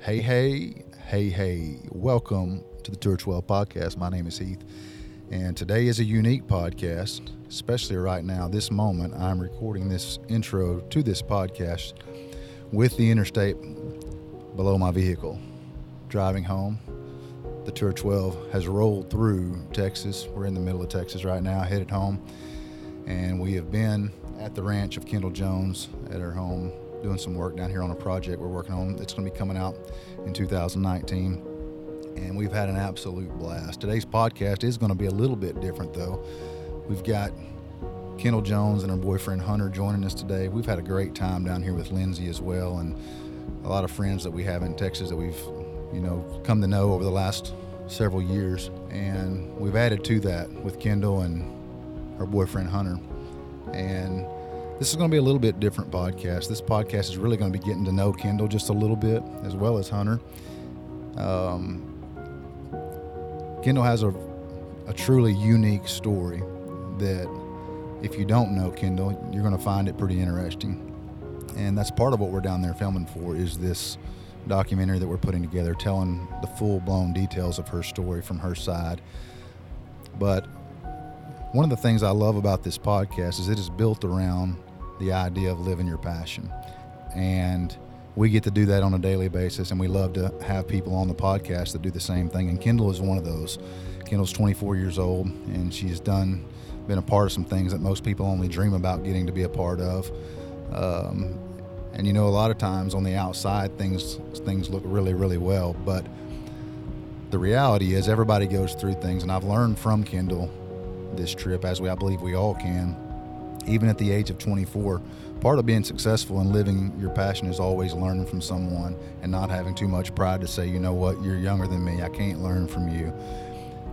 Hey, hey, hey, hey. Welcome to the Tour 12 podcast. My name is Heath, and today is a unique podcast, especially right now, this moment. I'm recording this intro to this podcast with the interstate below my vehicle, driving home. The Tour 12 has rolled through Texas. We're in the middle of Texas right now, headed home and we have been at the ranch of Kendall Jones at her home doing some work down here on a project we're working on. It's going to be coming out in 2019, and we've had an absolute blast. Today's podcast is going to be a little bit different though. We've got Kendall Jones and her boyfriend Hunter joining us today. We've had a great time down here with Lindsay as well, and a lot of friends that we have in Texas that we've, you know, come to know over the last several years. And we've added to that with Kendall and her boyfriend Hunter. And this is going to be a little bit different podcast. This podcast is really going to be getting to know Kendall just a little bit, as well as Hunter. Um, Kendall has a, a truly unique story that, if you don't know Kendall, you're going to find it pretty interesting. And that's part of what we're down there filming for is this documentary that we're putting together, telling the full-blown details of her story from her side. But one of the things I love about this podcast is it is built around the idea of living your passion. And we get to do that on a daily basis, and we love to have people on the podcast that do the same thing. And Kendall is one of those. Kendall's 24 years old, and she's done, been a part of some things that most people only dream about getting to be a part of. Um, and you know, a lot of times on the outside, things things look really, really well, but the reality is everybody goes through things and i've learned from kendall this trip as we i believe we all can even at the age of 24 part of being successful and living your passion is always learning from someone and not having too much pride to say you know what you're younger than me i can't learn from you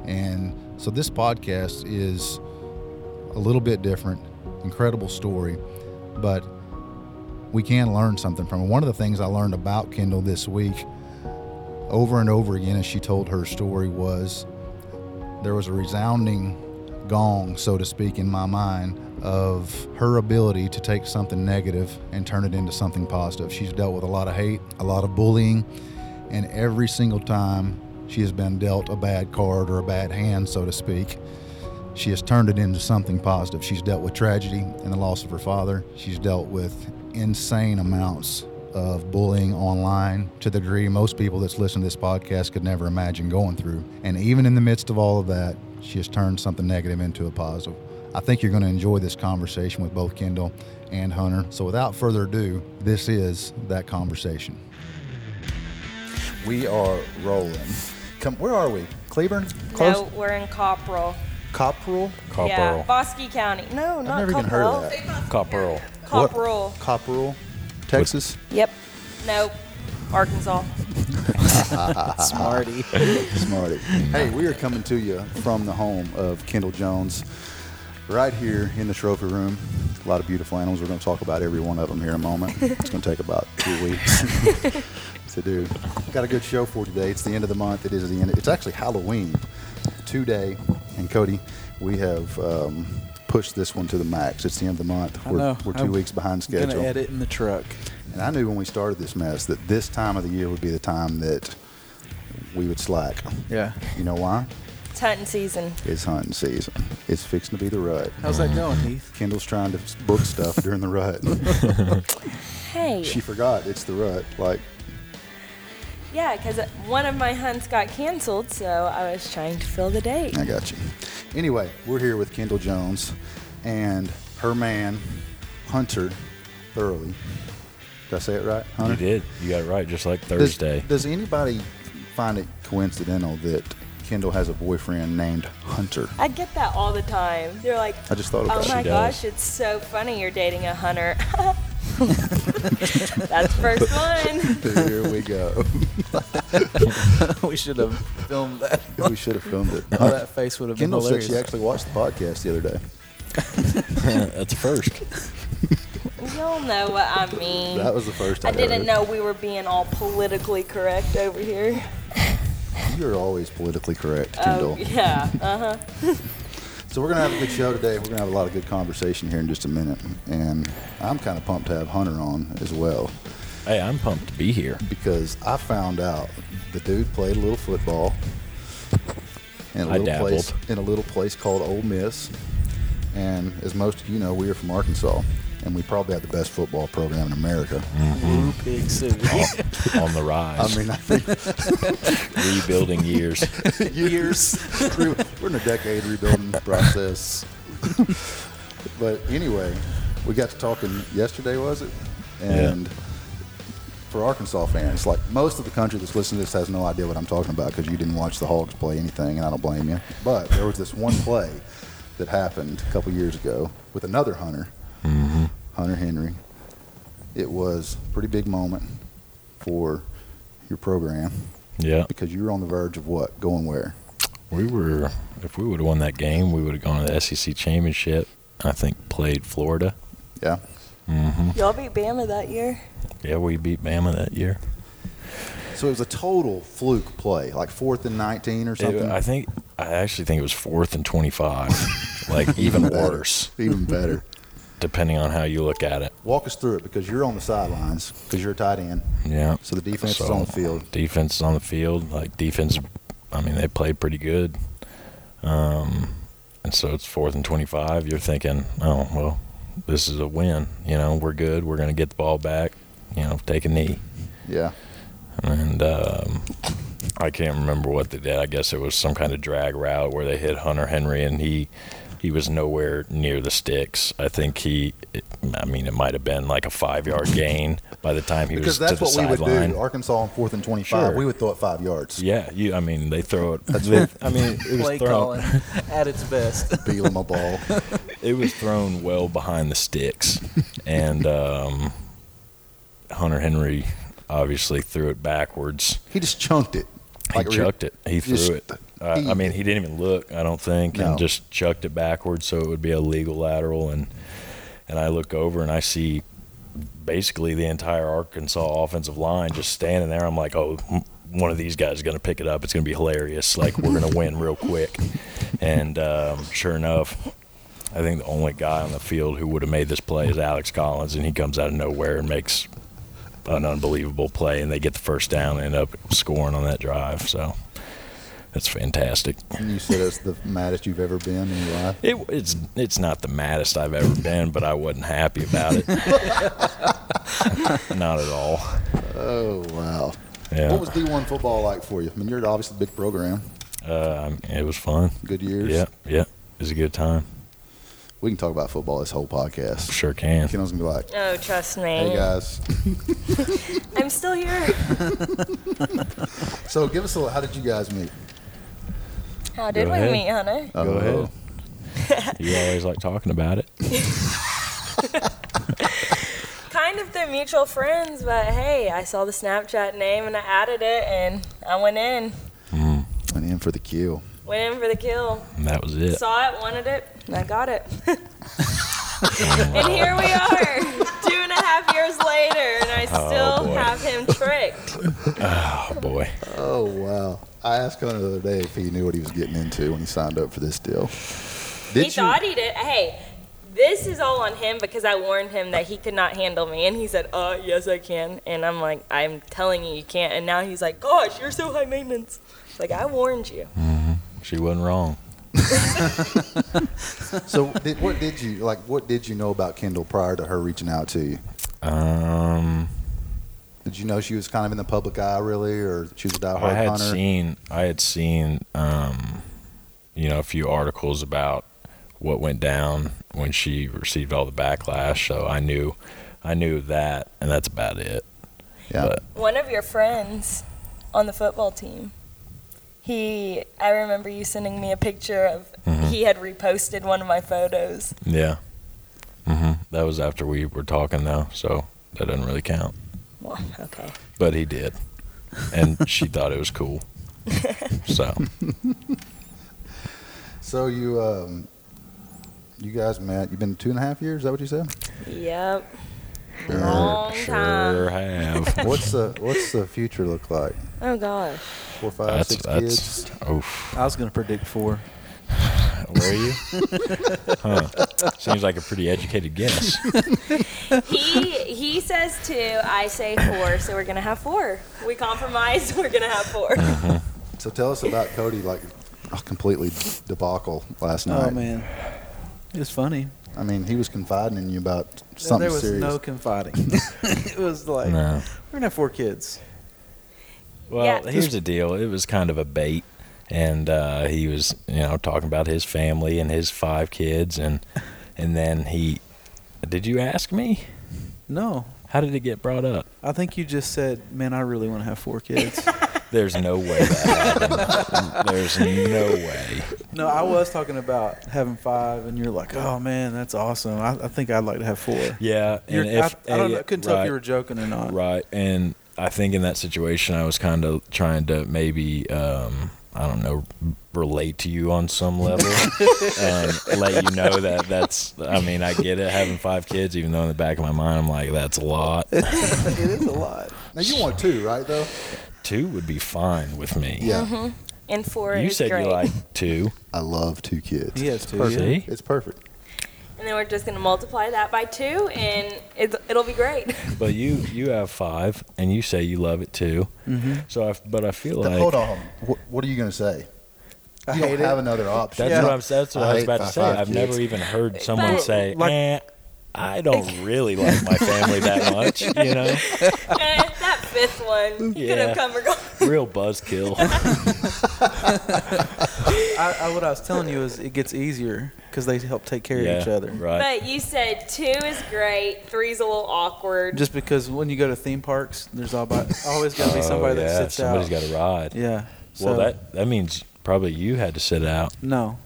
and so this podcast is a little bit different incredible story but we can learn something from it one of the things i learned about kendall this week over and over again as she told her story was there was a resounding gong, so to speak, in my mind of her ability to take something negative and turn it into something positive. She's dealt with a lot of hate, a lot of bullying, and every single time she has been dealt a bad card or a bad hand, so to speak, she has turned it into something positive. She's dealt with tragedy and the loss of her father. She's dealt with insane amounts of bullying online to the degree most people that's listening to this podcast could never imagine going through. And even in the midst of all of that, she has turned something negative into a positive. I think you're going to enjoy this conversation with both Kendall and Hunter. So without further ado, this is that conversation. We are rolling. Come, where are we? Cleburne? No, we're in Copperell. Copperell? Yeah, Copperell. Bosque County. No, not never even heard of Copperell. Copperell. What- Copperell. Copperell, Texas. Yep. Nope. Arkansas. Smarty. Smarty. Hey, we are coming to you from the home of Kendall Jones, right here in the trophy room. A lot of beautiful animals. We're going to talk about every one of them here in a moment. It's going to take about two weeks to do. Got a good show for today. It's the end of the month. It is the end. It's actually Halloween today. And Cody, we have um, pushed this one to the max. It's the end of the month. I We're, know. we're 2 I'm weeks behind Gonna schedule. edit in the truck. And I knew when we started this mess that this time of the year would be the time that we would slack. Yeah. You know why? It's hunting season. It's hunting season. It's fixing to be the rut. How's that going, Heath? Kendall's trying to book stuff during the rut. Hey. she forgot it's the rut. Like, Yeah, because one of my hunts got canceled, so I was trying to fill the date. I got you. Anyway, we're here with Kendall Jones and her man, Hunter Early. Did I say it right? Hunter? You did. You got it right, just like Does- Thursday. Does, anybody find it coincidental that Kendall has a boyfriend named Hunter? I get that all the time. They're like, I just thought oh about it. my does. gosh, it's so funny you're dating a hunter. That's first one. Here we go. we should have filmed that. we should have filmed it. Oh, that face would have been Kendall said hilarious. she actually watched the podcast the other day. That's a first. Y'all know what I mean. That was the first Mm. I time. didn't know we were being all politically correct over here. You're always politically correct, Kendall. Oh, yeah. So we're gonna have a good show today. We're gonna have a lot of good conversation here in just a minute, and I'm kind of pumped to have Hunter on as well. Hey, I'm pumped to be here. because I found out the dude played a little football in a I little place dabbled. in a little place called Ole Miss. And as most of you know, we are from Arkansas, and we probably have the best football program in America. Blue Pig City. Oh, On, on the rise. I mean, I think rebuilding years. Years. we're in a decade rebuilding process. but anyway, we got to talking yesterday, was it? And for Arkansas fans, like most of the country that's listening to this has no idea what I'm talking about because you didn't watch the Hogs play anything, and I don't blame you. But there was this one play that happened a couple years ago with another Hunter, Hunter Henry. It was a pretty big moment for your program Yeah. because you were on the verge of what? Going where? We were, if we would have won that game, we would have gone to the SEC championship. I think played Florida. Yeah. Y'all beat Bama that year. Yeah, we beat Bama that year. So it was a total fluke play, like fourth and 19 or It- something. I think I actually think it was fourth and twenty-five. like even Better. worse, Even better. depending on how you look at it. Walk us through it because you're on the sidelines because you're a tight end. Yeah. So the defense is So, on the field. Defense is on the field. Like defense, I mean they played pretty good. Um, and so it's fourth and twenty-five. You're thinking, oh well, this is a win. You know, we're good. We're gonna get the ball back. You know, take a knee. Yeah. and um, I can't remember what they did. I guess it was some kind of drag route where they hit Hunter Henry, and he he was nowhere near the sticks. I think he, I mean, it might have been like a five yard gain by the time he Because was to that's the what we would sideline. do. Arkansas on fourth and 25, Sure. we would throw it five yards. Yeah, you. I mean, they throw it. That's they- what- I mean, it was Play thrown. calling at its best. Beal him a ball. It was thrown well behind the sticks, and um, Hunter Henry obviously threw it backwards. He just chunked it. Like, he chucked it. He threw just- it. Uh, I mean, he didn't even look. I don't think, No. and just chucked it backwards, so it would be a legal lateral. And and I look over and I see basically the entire Arkansas offensive line just standing there. I'm like, oh, m- one of these guys is going to pick it up. It's going to be hilarious. Like we're going to win real quick. And um, sure enough. I think the only guy on the field who would have made this play is Alex Collins, and he comes out of nowhere and makes an unbelievable play, and they get the first down and end up scoring on that drive. So that's fantastic. And you said it's the maddest you've ever been in your life. It, it's it's not the maddest I've ever been, but I wasn't happy about it. not at all. Oh, wow. Yeah, What was D1 football like for you? I mean, you're obviously a big program. um, it was fun. Good years. Yeah, yeah, it was a good time. We can talk about football this whole podcast. Sure can. Kendall's going to be like, Oh, trust me. hey, guys. I'm still here. So give us a how did you guys meet? How did Go we ahead. meet, Hunter? Go ahead. You always like talking about it. Kind of through mutual friends, but hey, I saw the Snapchat name and I added it, and I went in, Went in for the kill. went in for the kill. And Mm, that was it. Saw it, wanted it, and I got it. and here we are, two and a half years later, and I still Oh, boy. have him tricked. Oh boy. Oh wow! I asked Connor the other day if he knew what he was getting into when he signed up for this deal. Did he thought he did. Hey, this is all on him because I warned him that he could not handle me, and he said, "Uh, yes, I can." And I'm like, "I'm telling you, you can't." And now he's like, "Gosh, you're so high maintenance." It's Like I warned you. Mm-hmm. She wasn't wrong. so? Did, what did you like? What did you know about Kendall prior to her reaching out to you? Um. Did you know she was kind of in the public eye, really, or she was a diehard I had Hunter? seen I had seen um, you know a few articles about what went down when she received all the backlash, so I knew I knew that, and that's about it. yeah, but- One of your friends on the football team. He, I remember you sending me a picture of Mm-hmm. he had reposted one of my photos. Yeah, hmm that was after we were talking though, so that doesn't really count. Well, okay. But he did, and she thought it was cool. So so you um, you guys met. You've been two and a half years. Is that what you said? Yep. Sure, Long sure time. have. What's the What's the future look like? Oh gosh. Four, five, That's six that's oof. I was going to predict four. Where are you? huh. Seems like a pretty educated guess. he he says two, I say four, so we're gonna have four. We compromised. We're gonna have four. So tell us about Cody, like a completely debacle last night. Oh man, it was funny. I mean, he was confiding in you about something there was serious. no confiding. it was like No. we're gonna have four kids. Well, Yeah. here's the deal. It was kind of a bait, and uh, he was, you know, talking about his family and his five kids, and and then he, did you ask me? No, How did it get brought up? I think you just said, "Man, I really want to have four kids." There's no way that happened. There's no way. no, I was talking about having five, and you're like, "Oh man, that's awesome. I, I think I'd like to have four. Yeah, You're- and if I, I don't know. I and- couldn't tell if right. you were joking or not. Right. And I think in that situation, I was kind of trying to maybe, um, I don't know, relate to you on some level and let you know that that's, I mean, I get it having five kids, even though in the back of my mind, I'm like, that's a lot. it is a lot. now you want two, right? Though. Two would be fine with me. Yeah. And four You is said great. you like two. I love two kids. He has two. Perfect. yeah. See? It's perfect. and then we're just gonna multiply that by two, and it, it'll be great. But you you have five, and you say you love it too. So, I, but I feel Th- like Hold on. What, what are you gonna say? I you don't hate have it. another option. That's Yeah. what I'm. That's what I, I hate was about to five- say. five I've kids. never even heard someone But- say, Like- eh, "I don't really like my family that much." You know, Eh, that fifth one you could Yeah. have come or gone. real buzzkill. I, I, what I was telling you is it gets easier because they help take care yeah, of each other. Right. But you said two is great, three's a little awkward. Just because when you go to theme parks, there's all by, always got to be Oh, somebody yeah, that sits somebody's out. got to ride. yeah. Well, so- that that means probably you had to sit out. No,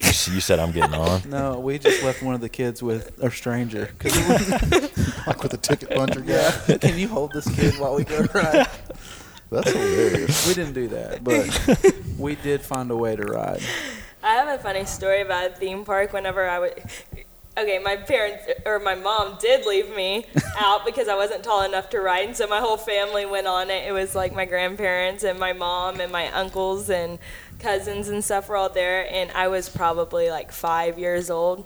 You, s- you said I'm getting on. no, we just left one of the kids with a stranger. 'cause it wouldn't- Like with a ticket puncher guy. yeah, can you hold this kid while we go ride? That's hilarious. We didn't do that, but we did find a way to ride. I have a funny story about a theme park whenever I would. Okay, my parents or my mom did leave me out because I wasn't tall enough to ride, and so my whole family went on it. It was like my grandparents and my mom and my uncles and cousins and stuff were all there, and I was probably like five years old.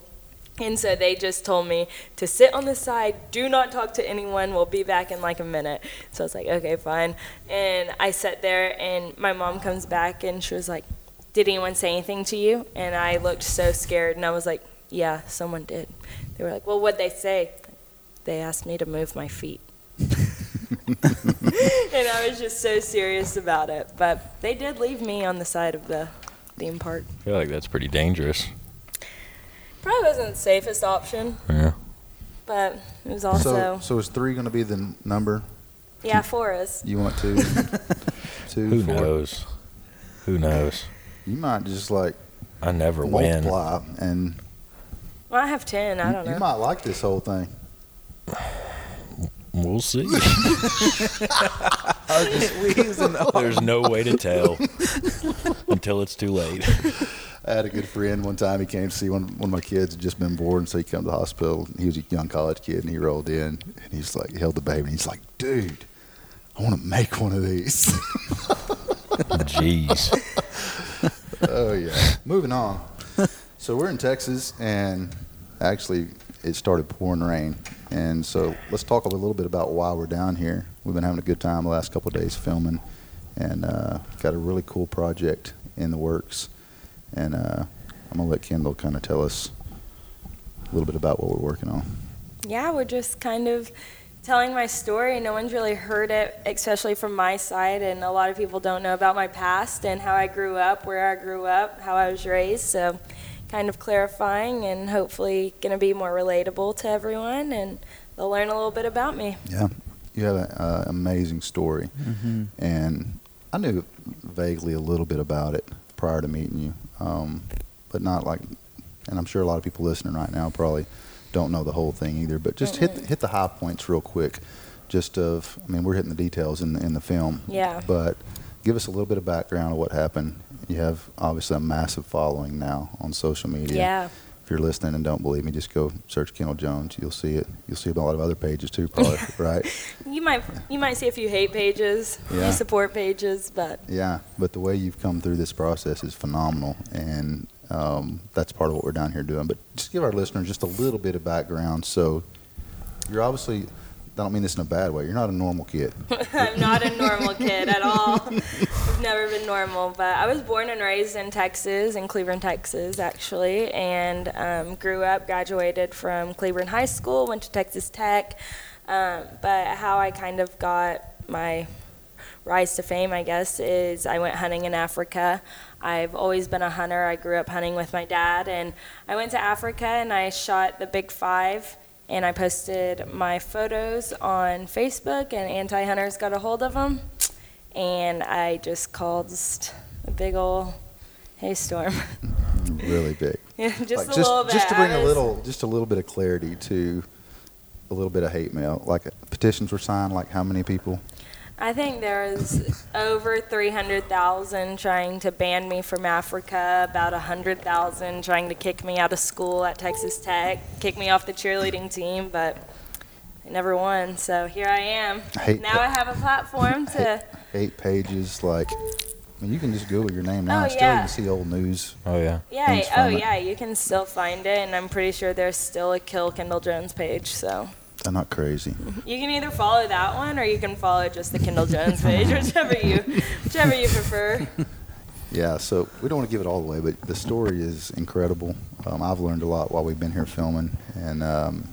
And so they just told me to sit on the side, do not talk to anyone, we'll be back in like a minute. So I was like, okay, fine. And I sat there, and my mom comes back and she was like, Did anyone say anything to you? And I looked so scared, and I was like, Yeah, someone did. They were like, Well, what'd they say? They asked me to move my feet. and I was just so serious about it. But they did leave me on the side of the theme park. I feel like that's pretty dangerous. Probably wasn't the safest option, Yeah. but it was So, also, so is three gonna be the n- number yeah, for us. you want two? two, Who four? knows? Who knows? You might just like I never win. multiply, and Well, I have ten. I you- don't you know. might like this whole thing. We'll see. we was in the There's no way to tell until it's too late. I had a good friend one time. He came to see one, one of my kids had just been born, so he come to the hospital. He was a young college kid, and he rolled in, and he's like, he held the baby, and he's like, dude, I want to make one of these. Jeez. oh yeah. Moving on. So we're in Texas, and actually, it started pouring rain, and so let's talk a little bit about why we're down here. We've been having a good time the last couple of days filming, and uh, got a really cool project in the works, and uh, I'm gonna let Kendall kind of tell us a little bit about what we're working on. yeah, we're just kind of telling my story. No one's really heard it, especially from my side, and a lot of people don't know about my past and how I grew up, where I grew up, how I was raised. So, kind of clarifying and hopefully going to be more relatable to everyone, and they'll learn a little bit about me. You have an uh, amazing story, Mm-hmm. and I knew vaguely a little bit about it prior to meeting you, um, but not like. And I'm sure a lot of people listening right now probably don't know the whole thing either. But just hit the, hit the high points real quick, just of. I mean, we're hitting the details in the, in the film, Yeah. but give us a little bit of background of what happened. You have obviously a massive following now on social media. Yeah. If you're listening and don't believe me, just go search Kendall Jones. You'll see it. You'll see a lot of other pages too, probably. right? You might you might see a few hate pages, Yeah. you support pages, but Yeah, but the way you've come through this process is phenomenal, and um, that's part of what we're down here doing. But just give our listeners just a little bit of background. So, You're obviously. I don't mean this in a bad way. You're not a normal kid. I'm not a normal kid at all. I've never been normal, but I was born and raised in Texas, in Cleburne, Texas, actually, and um, grew up, graduated from Cleburne High School, went to Texas Tech. Um, but how I kind of got my rise to fame, I guess, is I went hunting in Africa. I've always been a hunter. I grew up hunting with my dad, and I went to Africa and I shot the Big Five and I posted my photos on Facebook, and anti hunters got a hold of them, and I just caused a big old hailstorm. really big. Yeah, just Like, a little bit. Just to bring I a was- little, just a little bit of clarity to a little bit of hate mail. Like petitions were signed. Like how many people? I think there was over 300,000 trying to ban me from Africa, about 100,000 trying to kick me out of school at Texas Tech, kick me off the cheerleading team, but I never won. So here I am. I hate Now I have a platform to. Eight pages. Like, I mean, you can just Google your name now. Oh, and still, you yeah. can see old news. Oh yeah. Yeah. things Oh, from it. yeah. You can still find it, and I'm pretty sure there's still a Kill Kendall Jones page. So They're not crazy. you can either follow that one, or you can follow just the Kendall Jones page, whichever you, whichever you prefer. Yeah, so we don't want to give it all away, but the story is incredible. Um, I've learned a lot while we've been here filming, and um,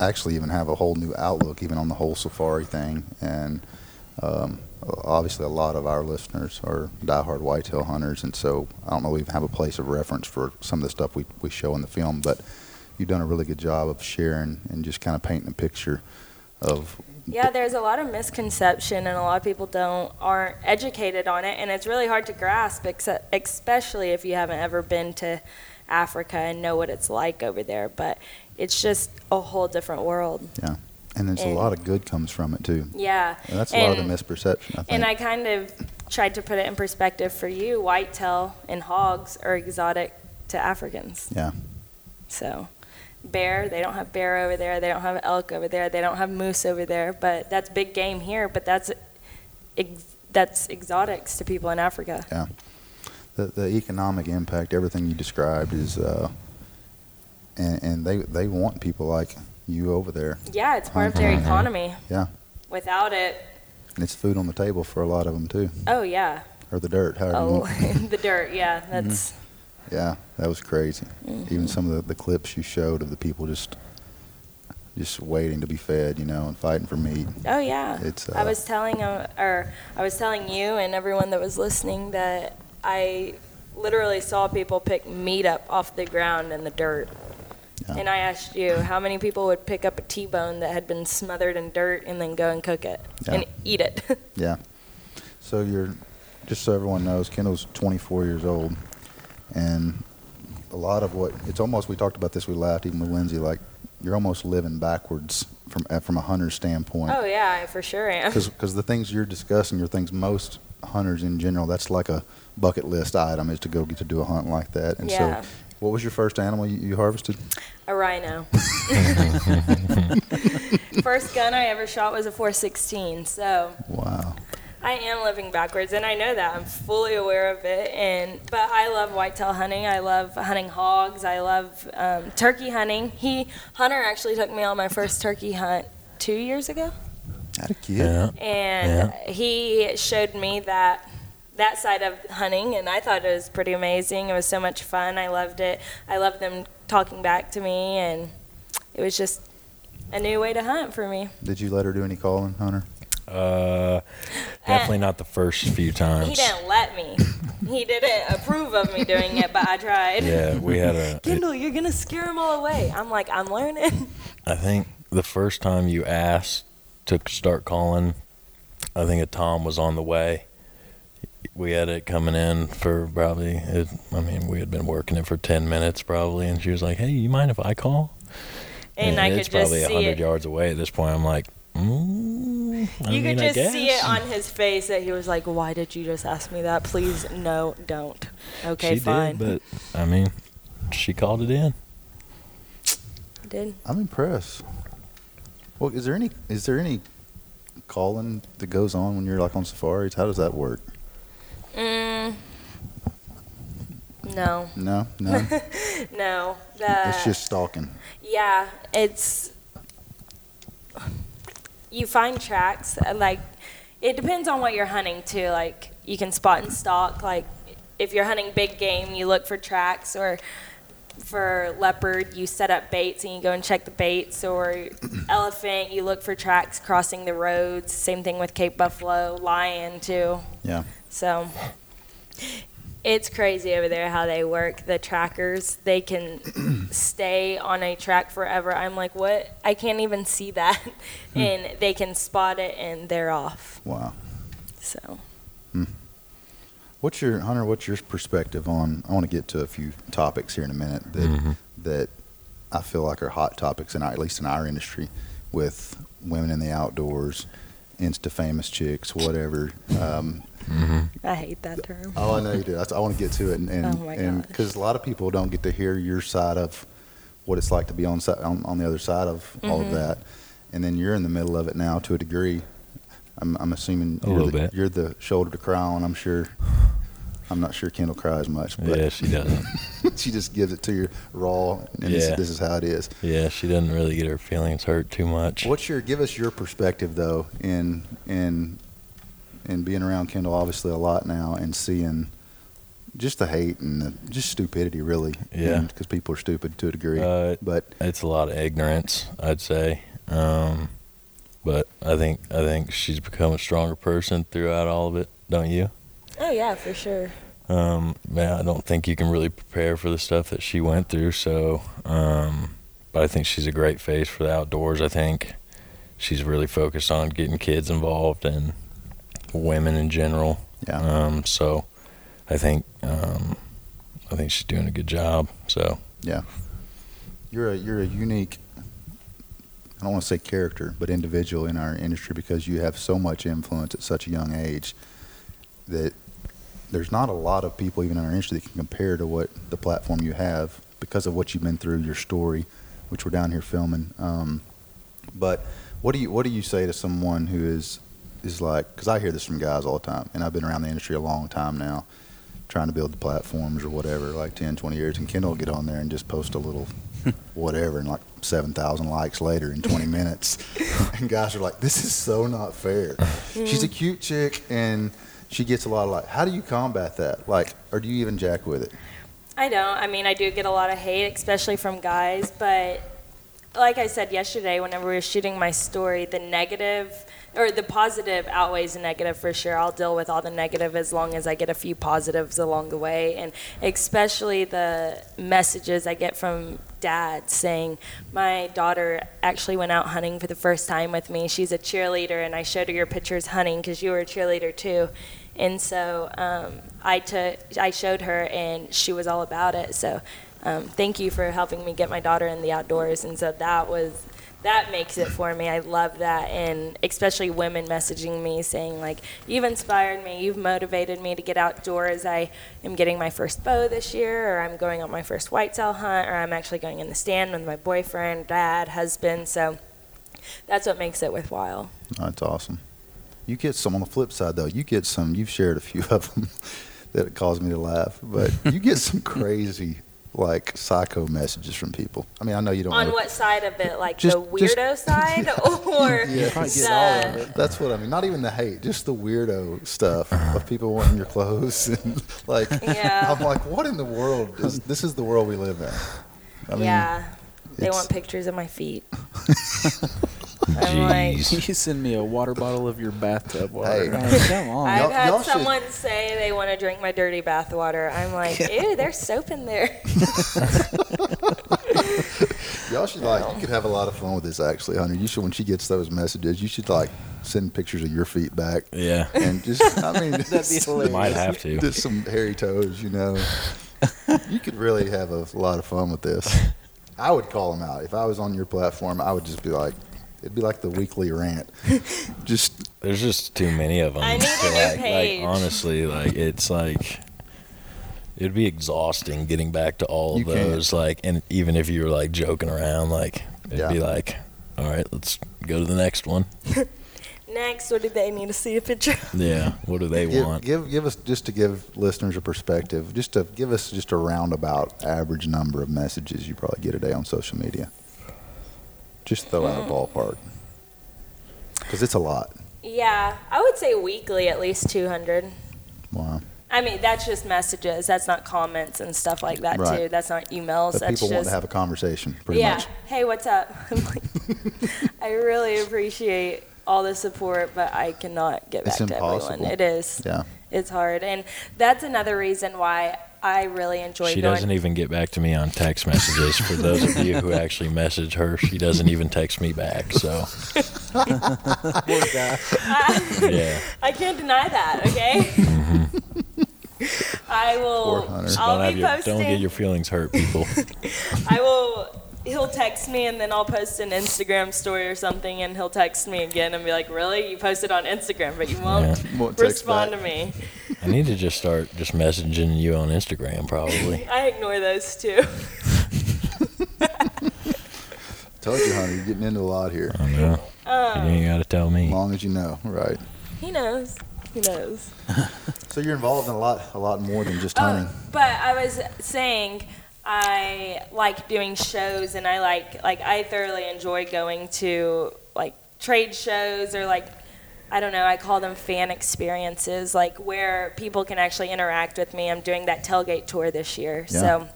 actually even have a whole new outlook even on the whole safari thing. And um, obviously, a lot of our listeners are diehard whitetail hunters, and so I don't know we even have a place of reference for some of the stuff we we show in the film. But you've done a really good job of sharing and just kind of painting a picture of Yeah, there's a lot of misconception, and a lot of people don't aren't educated on it, and it's really hard to grasp, except, especially if you haven't ever been to Africa and know what it's like over there. But it's just a whole different world. and there's a And- lot of good comes from it too. Yeah. And that's a lot of And- the misperception. I think. And I kind of tried to put it in perspective for you. Whitetail and hogs are exotic to Africans. Yeah. So, bear, they don't have bear over there. They don't have elk over there. They don't have moose over there. But that's big game here. But that's ex- that's exotics to people in Africa. the, the economic impact, everything you described is, uh, and, and they they want people like you over there, Yeah, it's part of their Mhm. economy. Yeah. Without it, and it's food on the table for a lot of them too, oh yeah, or the dirt. However you oh want. the dirt. Yeah, Mm-hmm. that's Yeah, that was crazy. Mm-hmm. Even some of the, the clips you showed of the people just just waiting to be fed, you know, and fighting for meat. oh yeah. It's uh, I was telling uh, or I was telling you and everyone that was listening that I literally saw people pick meat up off the ground in the dirt. Yeah. And I asked you how many people would pick up a T-bone that had been smothered in dirt and then go and cook it Yeah. and eat it. So you're, just so everyone knows, Kendall's 24 years old, and a lot of what it's almost we talked about this. We laughed even with Lindsay. Like you're almost living backwards from uh, from a hunter's standpoint. oh yeah, I for sure am. Because the things you're discussing are things most hunters in general. That's like a bucket list item is to go get to do a hunt like that. And Yeah. so, what was your first animal you, you harvested? A rhino. First gun I ever shot was a 416, so Wow. I am living backwards, and I know that. I'm fully aware of it, and but I love whitetail hunting. I love hunting hogs. I love um, turkey hunting. He Hunter actually took me on my first turkey hunt two years ago, That a kid. Yeah. and he showed me that that side of hunting, and I thought it was pretty amazing. It was so much fun. I loved it. I loved them talking back to me, and it was just a new way to hunt for me. Did you let her do any calling, Hunter? Uh, definitely not the first few times. He didn't let me. he didn't approve of me doing it, but I tried. Yeah, we had a. it- Kendall, you're gonna scare them all away. I'm like, I'm learning. I think the first time you asked to start calling, I think a Tom was on the way. We had it coming in for probably, it, I mean, we had been working it for 10 minutes probably, and she was like, hey, you mind if I call? And I could it's just probably a see 100 it. yards away at this point. I'm like, mm, I you mean, could I just see guess." it on his face that he was like, "Why did you just ask me that? Please, no, don't." Okay, she fine. did, but I mean, she called it in. I did. I'm impressed. Well, is there any is there any calling that goes on when you're like on safaris? How does that work? Mm. No, No, no. no. The, it's just stalking. yeah. It's you find tracks uh, like it depends on what you're hunting too. Like you can spot and stalk. Like if you're hunting big game, you look for tracks or for leopard, you set up baits and you go and check the baits. Or elephant, you look for tracks crossing the roads. Same thing with Cape Buffalo, lion too. Yeah. So it's crazy over there how they work. The trackers, they can stay on a track forever. I'm like, what? I can't even see that. and they can spot it and they're off. Wow. So What's your Hunter? What's your perspective on? I want to get to a few topics here in a minute that Mm-hmm. that I feel like are hot topics in our, at least in our industry with women in the outdoors, insta famous chicks, whatever. Um, Mm-hmm. I hate that term. oh, I know you do. That's- I, want to get to it, and and Oh my gosh. because a lot of people don't get to hear your side of what it's like to be on si- on, on the other side of all Mm-hmm. of that, and then you're in the middle of it now to a degree. I'm, I'm assuming A you're little the, bit. you're the shoulder to cry on. I'm sure. I'm not sure Kendall cries much, but yeah, she doesn't. she just gives it to you raw, and this, Yeah. this is how it is. Yeah, she doesn't really get her feelings hurt too much. What's your give us your perspective though in in in being around Kendall obviously a lot now and seeing just the hate and the, just stupidity really Yeah. because people are stupid to a degree Uh, but It's a lot of ignorance, I'd say. Um, but I think I think she's become a stronger person throughout all of it, don't you? Oh yeah, for sure. Um, man, I don't think you can really prepare for the stuff that she went through. So, um, but I think she's a great face for the outdoors. I think she's really focused on getting kids involved and women in general. yeah Um, so I think um, I think she's doing a good job. So you're a you're a unique I don't want to say character but individual in our industry because you have so much influence at such a young age that there's not a lot of people even in our industry that can compare to what the platform you have because of what you've been through your story which we're down here filming um, but what do you what do you say to someone who is is like because I hear this from guys all the time and I've been around the industry a long time now trying to build the platforms or whatever like 10 20 years and Kendall will get on there and just post a little whatever and like 7,000 likes later in 20 minutes. And guys are like, this is so not fair. She's a cute chick and she gets a lot of like, how do you combat that? Like, or do you even jack with it? I don't. I mean, I do get a lot of hate, especially from guys, but like I said yesterday, whenever we were shooting my story, the negative or the positive outweighs the negative for sure. I'll deal with all the negative as long as I get a few positives along the way, and especially the messages I get from dads saying, My daughter actually went out hunting for the first time with me. She's a cheerleader, and I showed her your pictures hunting because you were a cheerleader too. And so um, I took, I showed her, and she was all about it. So um, thank you for helping me get my daughter in the outdoors. And so that was, that makes it for me. I love that. And especially women messaging me saying, like, you've inspired me, you've motivated me to get outdoors. I am getting my first bow this year, or I'm going on my first whitetail hunt, or I'm actually going in the stand with my boyfriend, dad, husband. So that's what makes it worthwhile. That's awesome. You get some on the flip side though. You get some. You've shared a few of them that caused me to laugh, but you get some crazy like psycho messages from people. I mean, I know you don't. On really- what side of it? Like Just- the just- weirdo side or Yeah, Probably the, gets all of it. That's what I mean. Not even the hate, just the weirdo stuff of people wanting your clothes and like. Yeah. I'm like, what in the world? Is, this is the world we live in. I mean, yeah. They it's- want pictures of my feet. I'm like, jeez. You send me a water bottle of your bathtub water. Hey. I mean, come on. I've Oh, Y'all- had y'all should- someone say they want to drink my dirty bath water. I'm like, ew, there's soap in there. Y'all should like. You could have a lot of fun with this, actually, Hunter. You should when she gets those messages, you should like send pictures of your feet back yeah, and just. I mean, That'd be hilarious. might have to. Just some hairy toes, you know. you could really have a lot of fun with this. I would call them out if I was on your platform. I would just be like, it'd be like the weekly rant. Just There's just too many of them. I need a new like, page. like honestly, like it's like it'd be exhausting getting back to all You of can't. those. Like, and even if you were like joking around, like it'd Yeah. be like, all right, let's go to the next one. Next, what do they need to see a picture? of? Yeah, what do they give, want? give give us just to give listeners a perspective. Just to give us just a roundabout average number of messages you probably get a day on social media. Just throw out a ballpark. because it's a lot. Yeah, I would say weekly at least 200. Wow. I mean, that's just messages. That's not comments and stuff like that Right. too. That's not emails. But that's people just want to have a conversation, pretty yeah. much. Hey, what's up? I'm like, I really appreciate all the support, but I cannot get It's back to impossible. everyone. It is. Yeah. It's hard, and that's another reason why I really enjoy She going. doesn't even get back to me on text messages. For those of you who actually message her, she doesn't even text me back. So, yeah. I can't deny that. Okay. I Poor will. Hunter. I'll don't, have be your, posting. don't get your feelings hurt, people. I will. He'll text me and then I'll post an Instagram story or something, and he'll text me again and be like, "Really? You posted on Instagram, but you won't Won't text respond back. to me." I need to just start just messaging you on Instagram, probably. I ignore those too. Told you, honey, you're getting into a lot here. I don't know. you ain't got to tell me. Long as you know, right? He knows. He knows. So you're involved in a lot, a lot more than just hunting. Oh, but I was saying, I like doing shows, and I like like I thoroughly enjoy going to like trade shows or like I don't know. I call them fan experiences, like where people can actually interact with me. I'm doing that tailgate tour this year, Yeah. so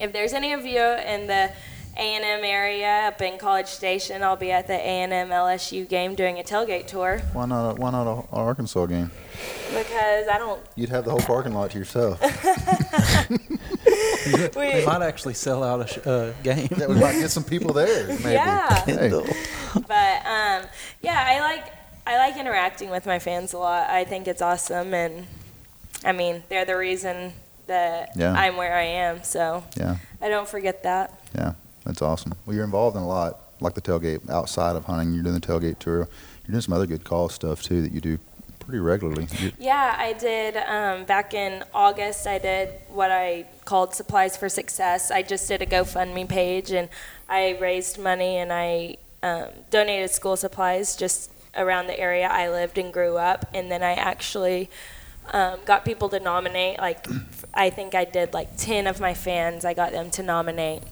if there's any of you in the A&M area up in College Station, I'll be at the A&M LSU game doing a tailgate tour Why not? A, why not a, an Arkansas game? because I don't. You'd have the whole parking lot to yourself. They might actually sell out a sh- uh, game. that we might get some people there. Maybe. Yeah. Hey, but um, yeah, I like I like interacting with my fans a lot. I think it's awesome, and I mean they're the reason that Yeah. I'm where I am. So Yeah. I don't forget that. yeah, that's awesome. Well, you're involved in a lot, like the tailgate outside of hunting. You're doing the tailgate tour. You're doing some other good call stuff too that you do pretty regularly. You- Yeah, I did um, back in August. I did what I called supplies for success. I just did a GoFundMe page, and I raised money and I um, donated school supplies just around the area I lived and grew up, and then I actually. um, got people to nominate. Like, I think I did like 10 of my fans, I got them to nominate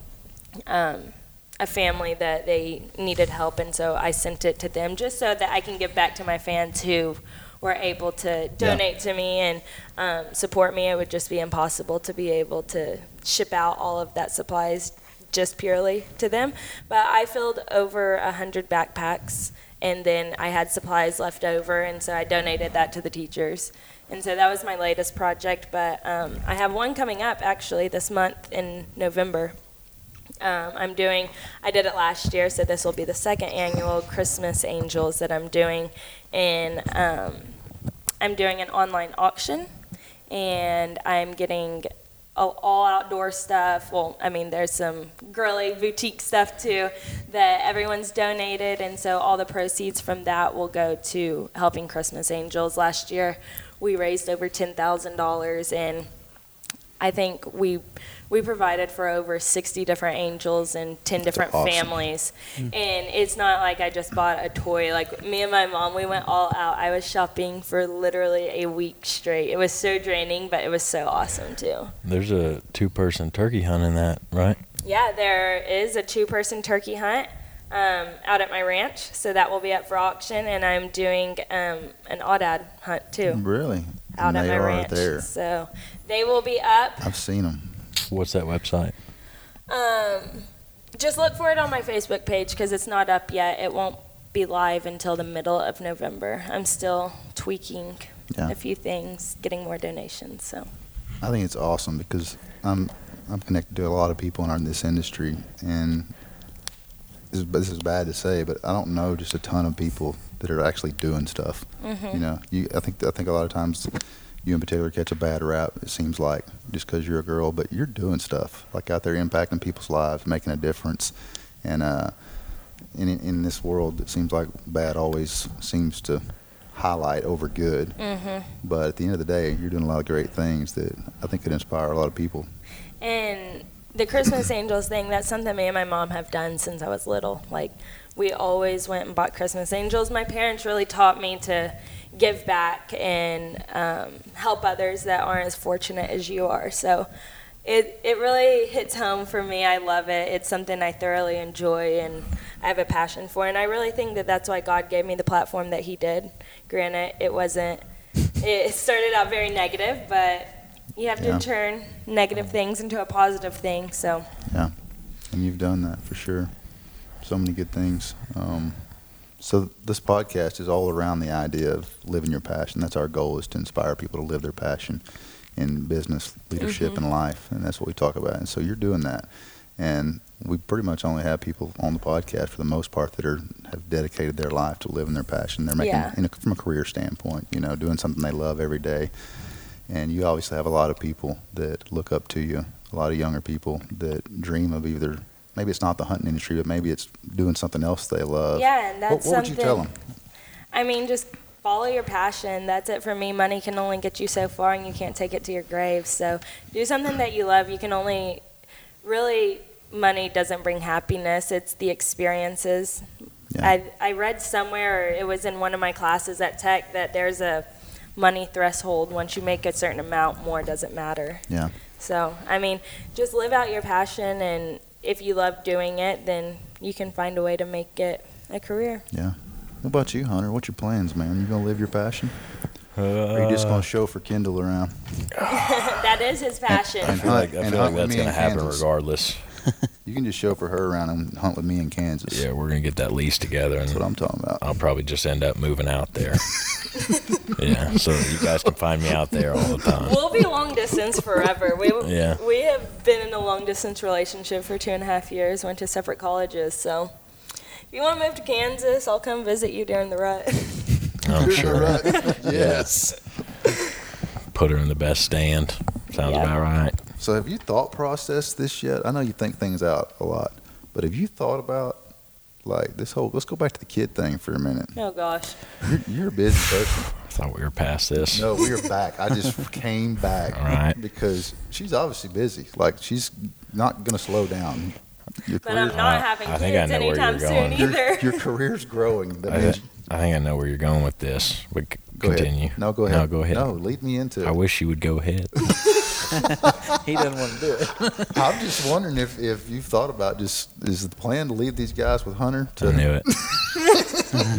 um, a family that they needed help, and so I sent it to them just so that I can give back to my fans who were able to donate to me and um, support me. It would just be impossible to be able to ship out all of that supplies just purely to them. But I filled over 100 backpacks. And then I had supplies left over, and so I donated that to the teachers. And so that was my latest project, but um, I have one coming up actually this month in November. Um, I'm doing, I did it last year, so this will be the second annual Christmas Angels that I'm doing. And um, I'm doing an online auction, and I'm getting all- all outdoor stuff. Well, I mean, there's some girly boutique stuff too that everyone's donated, and so all the proceeds from that will go to helping Christmas Angels. Last year, we raised over ten thousand dollars, and I think we we provided for over sixty different angels and ten different awesome. families. And it's not like I just bought a toy. Like me and my mom, we went all out. I was shopping for literally a week straight. It was so draining, but it was so awesome too. There's a two person turkey hunt in that, right? Yeah, there is a two person turkey hunt um, out at my ranch. So that will be up for auction. And I'm doing um, an oddad hunt too Really? out And at Mm-hmm. they my are ranch. there. So they will be up. I've seen them. What's that website? Um, just look for it on my Facebook page because it's not up yet. It won't be live until the middle of November. I'm still tweaking Yeah. a few things, getting more donations. So I think it's awesome because I'm I'm connected to a lot of people in our, this industry, and this is, this is bad to say, but I don't know just a ton of people that are actually doing stuff. Mm-hmm. You know, you I think I think a lot of times you in particular catch a bad rap. It seems like just because you're a girl, but you're doing stuff like out there impacting people's lives, making a difference, and uh, in in this world, it seems like bad always seems to highlight over good. mm-hmm. But at the end of the day, you're doing a lot of great things that I think could inspire a lot of people. and the Christmas angels thing, that's something me and my mom have done since I was little. Like we always went and bought Christmas angels. My parents really taught me to give back and um, help others that aren't as fortunate as you are. So it it really hits home for me. I love it. It's something I thoroughly enjoy and I have a passion for. And I really think that that's why God gave me the platform that He did. Granted, it wasn't. It started out very negative, but you have to Yeah. turn negative things into a positive thing. So And you've done that for sure. So many good things. Um, so this podcast is all around the idea of living your passion. That's our goal is to inspire people to live their passion in business, leadership, and life, and that's what we talk about. And so you're doing that, and we pretty much only have people on the podcast for the most part that are have dedicated their life to living their passion. They're making Yeah. in a, from a career standpoint, you know, doing something they love every day. And you obviously have a lot of people that look up to you. A lot of younger people that dream of either maybe it's not the hunting industry, but maybe it's doing something else they love. yeah, and Uh, What, that's what would you something. tell them? I mean, just follow your passion. That's it for me. Money can only get you so far, and you can't take it to your grave. So do something that you love. You can only really money doesn't bring happiness. It's the experiences. Yeah. I I read somewhere or it was in one of my classes at Tech that there's a money threshold. Once you make a certain amount, more doesn't matter. Yeah. So I mean, just live out your passion, and if you love doing it, then you can find a way to make it a career. What about you, Hunter? What's your plans, man? You gonna live your passion, or Uh, you just gonna show for Kindle around? that is his passion. I feel like, I And feel like hunt with that's me going in to happen Kansas. regardless. You can just show for her around and hunt with me in Kansas. Yeah, we're going to get that lease together, That's what and I'm talking about. I'll probably just end up moving out there. yeah, so you guys can find me out there all the time. We'll be long distance forever. We Yeah. we have been in a long distance relationship for two and a half years. Went to separate colleges, so. If you want to move to Kansas, I'll come visit you during the rut. I'm sure. yes. Put her in the best stand. Sounds Yeah. about right. So have you thought processed this yet? I know you think things out a lot, but have you thought about like this whole? Let's go back to the kid thing for a minute. Oh gosh. You're, you're a busy person. I thought we were past this. No, we are back. I just came back All right. because she's obviously busy. Like she's not gonna slow down. Your But I'm career, not I- having I kids think I know where anytime you're soon going. either. your, your career's growing. That I, means I think I know where you're going with this. But c- Go ahead. continue. No, go ahead. No, go ahead. No, lead me into it. I wish you would go ahead. He doesn't want to do it. I'm just wondering if, if you've thought about just is the plan to leave these guys with Hunter I Uh-huh. to knew it.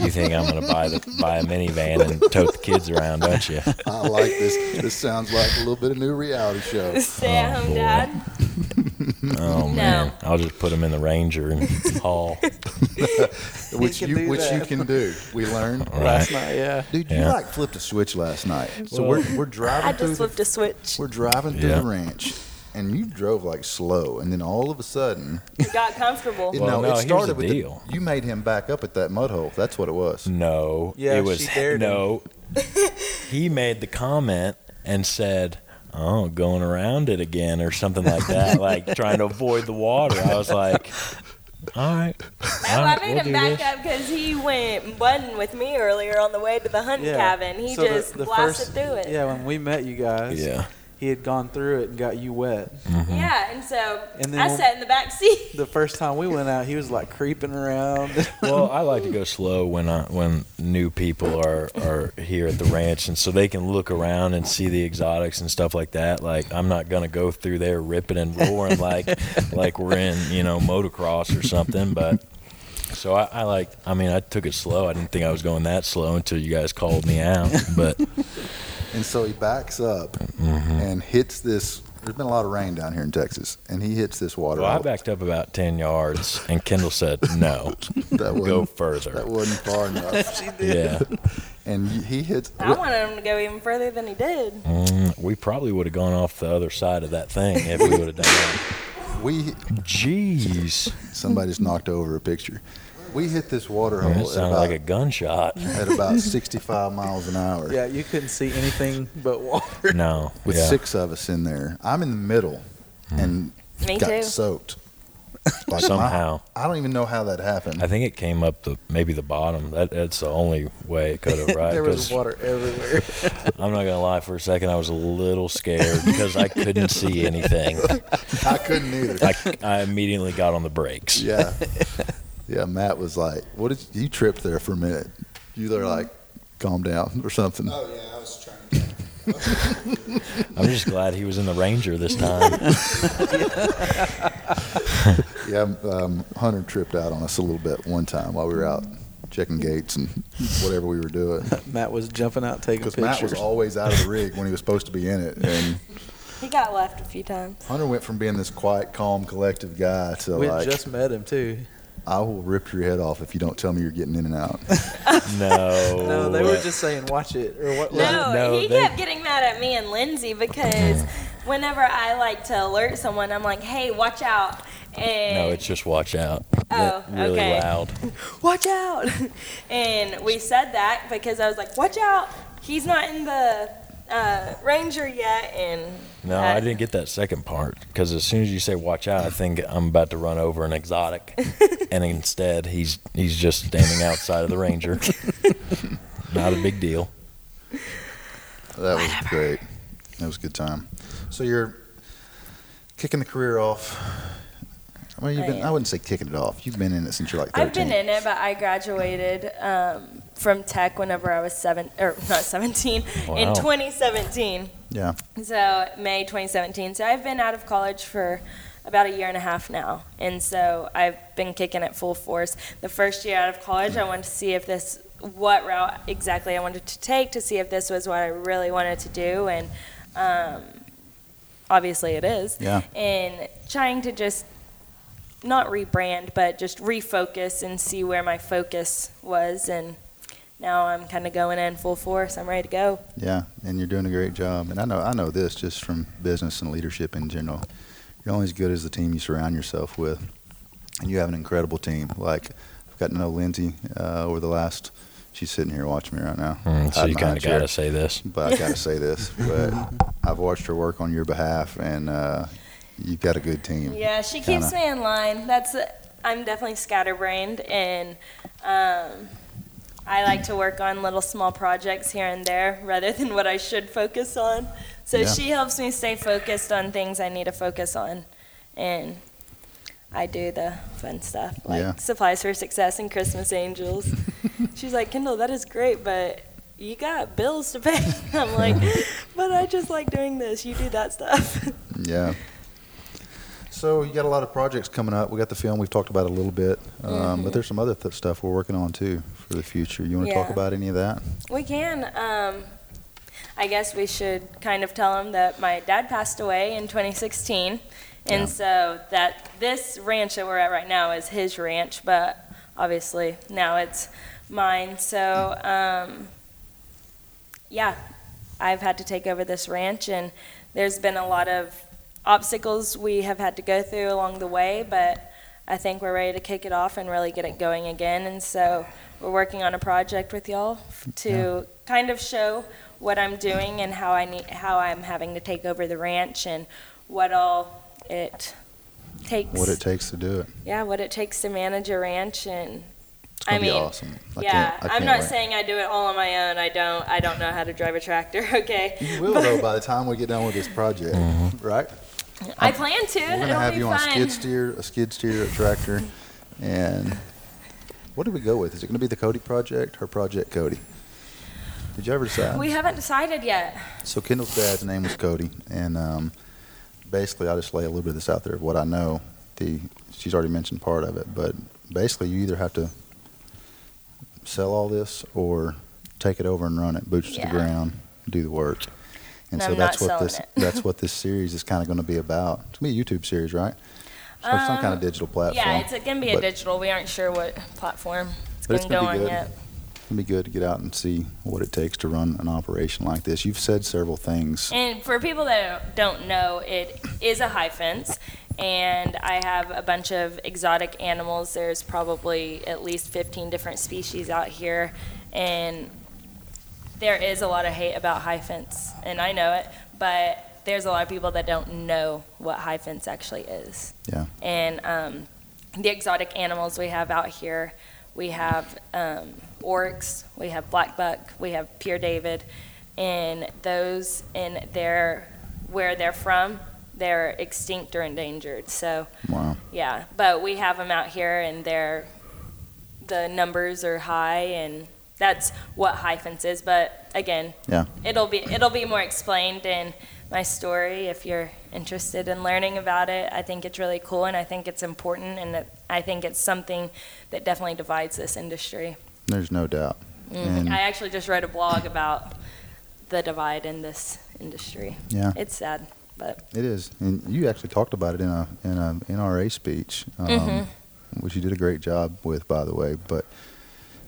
you think I'm gonna buy the buy a minivan and tote the kids around, don't you? I like this. This sounds like a little bit of new reality show. Stay at Oh, home, boy. Dad. Oh No. man, I'll just put them in the Ranger and haul. Which can you do which you that. can do. We learned. All Last right. night, yeah. Dude, you Yeah. like flipped a switch last night. So Well- we're we're driving I through just the- flipped a switch. we're driving through Yeah. the ranch. And you drove like slow, and then all of a sudden, It got comfortable. it, Well, no, no, it here's started the with deal. you made him back up at that mud hole. That's what it was. No, Yeah, it was she dared him. no. he made the comment and said, "Oh, going around it again" or something like that, like trying to avoid the water. I was like, "All right, No, all I right, made we'll him do back this. up because he went button with me earlier on the way to the hunting Yeah. cabin. He So the- just the blasted first- through it. Yeah, when we met you guys, Yeah, he had gone through it and got you wet. Mm-hmm. Yeah, and so And then I when- sat in the back seat. The first time we went out, he was like creeping around. well, I like to go slow when I, when new people are are here at the ranch, and so they can look around and see the exotics and stuff like that. Like I'm not gonna go through there ripping and roaring like like we're in you know motocross or something, but. So I, I like. I mean, I took it slow. I didn't think I was going that slow until you guys called me out. But And so he backs up Mm-hmm. and hits this. There's been a lot of rain down here in Texas, and he hits this water. well, I hole. backed up about ten yards, and Kendall said, "No, that go wasn't, that further." wasn't far enough. Yeah, and he hits. I wanted him to go even further than he did. Mm, we probably would have gone off the other side of that thing if we would have done that. We Jeez. somebody just knocked over a picture. We hit this water hole That at sounded about, like a gunshot. at about 65 miles an hour. yeah, you couldn't see anything but water. No. With yeah. Mm-hmm. six of us in there, I'm in the middle, and Me got too. soaked. Like my- Somehow. I don't even know how that happened. I think it came up the maybe the bottom. That that's the only way it could have right. there was 'cause water everywhere. I'm not gonna lie for a second, I was a little scared because I couldn't see anything. I couldn't either. I, I immediately got on the brakes. yeah, yeah. Matt was like, "What did you Uh, tripped there for a minute? You were like, calm down or something." Oh yeah, I was trying to. I'm just glad he was in the Ranger this time. Yeah, um, Hunter tripped out on us a little bit one time while we were out checking gates and whatever we were doing. Matt was jumping out taking Because Matt pictures. was always out of the rig when he was supposed to be in it, and He got left a few times. Hunter went from being this quiet, calm, collective guy to we had like, just met him too. "I will rip your head off if you don't tell me you're getting in and out." No. Oh. No, they were just saying watch it or what. No, No, he they- kept getting mad at me and Lindsay because whenever I like to alert someone, I'm like, "Hey, watch out!" And No, it's just watch out. Oh, really okay. loud. watch out. and we said that because I was like, watch out. He's not in the uh, Ranger yet. And No, that- I didn't get that second part because as soon as you say "watch out," I think I'm about to run over an exotic, and instead he's he's just standing outside of the Ranger. Not a big deal. That was great. That was a good time. So you're kicking the career off. Well, you've I been, am. I wouldn't say kicking it off. You've been in it since you're like 13. I've been in it, but I graduated um, from tech whenever I was seven, or not 17, Wow. in 2017. Yeah. So May 2017. So I've been out of college for about a year and a half now, and so I've been kicking it full force. The first year out of college, I wanted to see if this, what route exactly I wanted to take, to see if this was what I really wanted to do, and um, obviously it is. Yeah. And trying to just not rebrand, but just refocus and see where my focus was, and now I'm kind of going in full force. I'm ready to go. Yeah, and you're doing a great job. And I know I know this just from business and leadership in general. You're only as good as the team you surround yourself with, and you have an incredible team. Like I've gotten to know Lindsay uh, over the last. She's sitting here watching me right now. Mm, so hiding you behind kind of a chair. got to say this. But I gotta say this. But I've watched her work on your behalf, and uh, you've got a good team. Yeah, she Kinda. keeps me in line. That's I'm definitely scatterbrained, and um, I like to work on little small projects here and there rather than what I should focus on. So Yeah. she helps me stay focused on things I need to focus on, and I do the fun stuff like Yeah. supplies for success and Christmas angels. She's like, Kendall, that is great, but you got bills to pay. I'm like, but I just like doing this. You do that stuff. Yeah. So you got a lot of projects coming up. We got the film. We've talked about it a little bit, um, Mm-hmm. but there's some other th- stuff we're working on too for the future. You want to talk Yeah. about any of that? We can. Um, I guess we should kind of tell them that my dad passed away in 2016, and Yeah. so that this ranch that we're at right now is his ranch, but obviously now it's mine. So um, yeah, I've had to take over this ranch, and there's been a lot of obstacles we have had to go through along the way, but I think we're ready to kick it off and really get it going again. And so we're working on a project with y'all to kind of show what I'm doing and how I need how I'm having to take over the ranch and what all it takes. What it takes to do it. yeah, what it takes to manage a ranch and It's gonna I be mean, awesome. I yeah, can't, I am can't not wait. saying I do it all on my own. I don't. I don't know how to drive a tractor. Okay. You will though by the time we get done with this project, right? I plan to. We're gonna It'll have be you on fun. a skid steer, a skid steer, a tractor, and what do we go with? Is it gonna be the Cody project? Her project, Cody. Did you ever decide? We haven't decided yet. So Kendall's dad's name was Cody, and um, basically, I just lay a little bit of this out there of what I know. The she's already mentioned part of it, but basically, you either have to sell all this or take it over and run it, boots to Yeah. the ground, do the work. And And so I'm that's not what selling this it. that's what this series is kind of going to be about. It's gonna be a YouTube series, right? Or some kind of Um, digital platform. Yeah, it's going to be but- a digital. We aren't sure what platform But it's going it's to gonna go be on good. yet. It'd be good to get out and see what it takes to run an operation like this. You've said several things. And for people that don't know, it is a high fence, and I have a bunch of exotic animals. There's probably at least 15 different species out here, and there is a lot of hate about high fence, and I know it, but there's a lot of people that don't know what high fence actually is. Yeah. And um, the exotic animals we have out here, we have um, orcs, we have black buck, we have Pierre David, and those in their where they're from, they're extinct or endangered. So Wow. yeah, but we have them out here, and they're the numbers are high, and that's what hyphens is. But again, Yeah. it'll be it'll be more explained in my story if you're interested in learning about it. I think it's really cool and I think it's important and it, I think it's something that definitely divides this industry. There's no doubt. Mm. And- I actually just wrote a blog about the divide in this industry. Yeah. It's sad. It is, and you actually talked about it in a in a NRA speech, um, Mm-hmm. which you did a great job with, by the way. But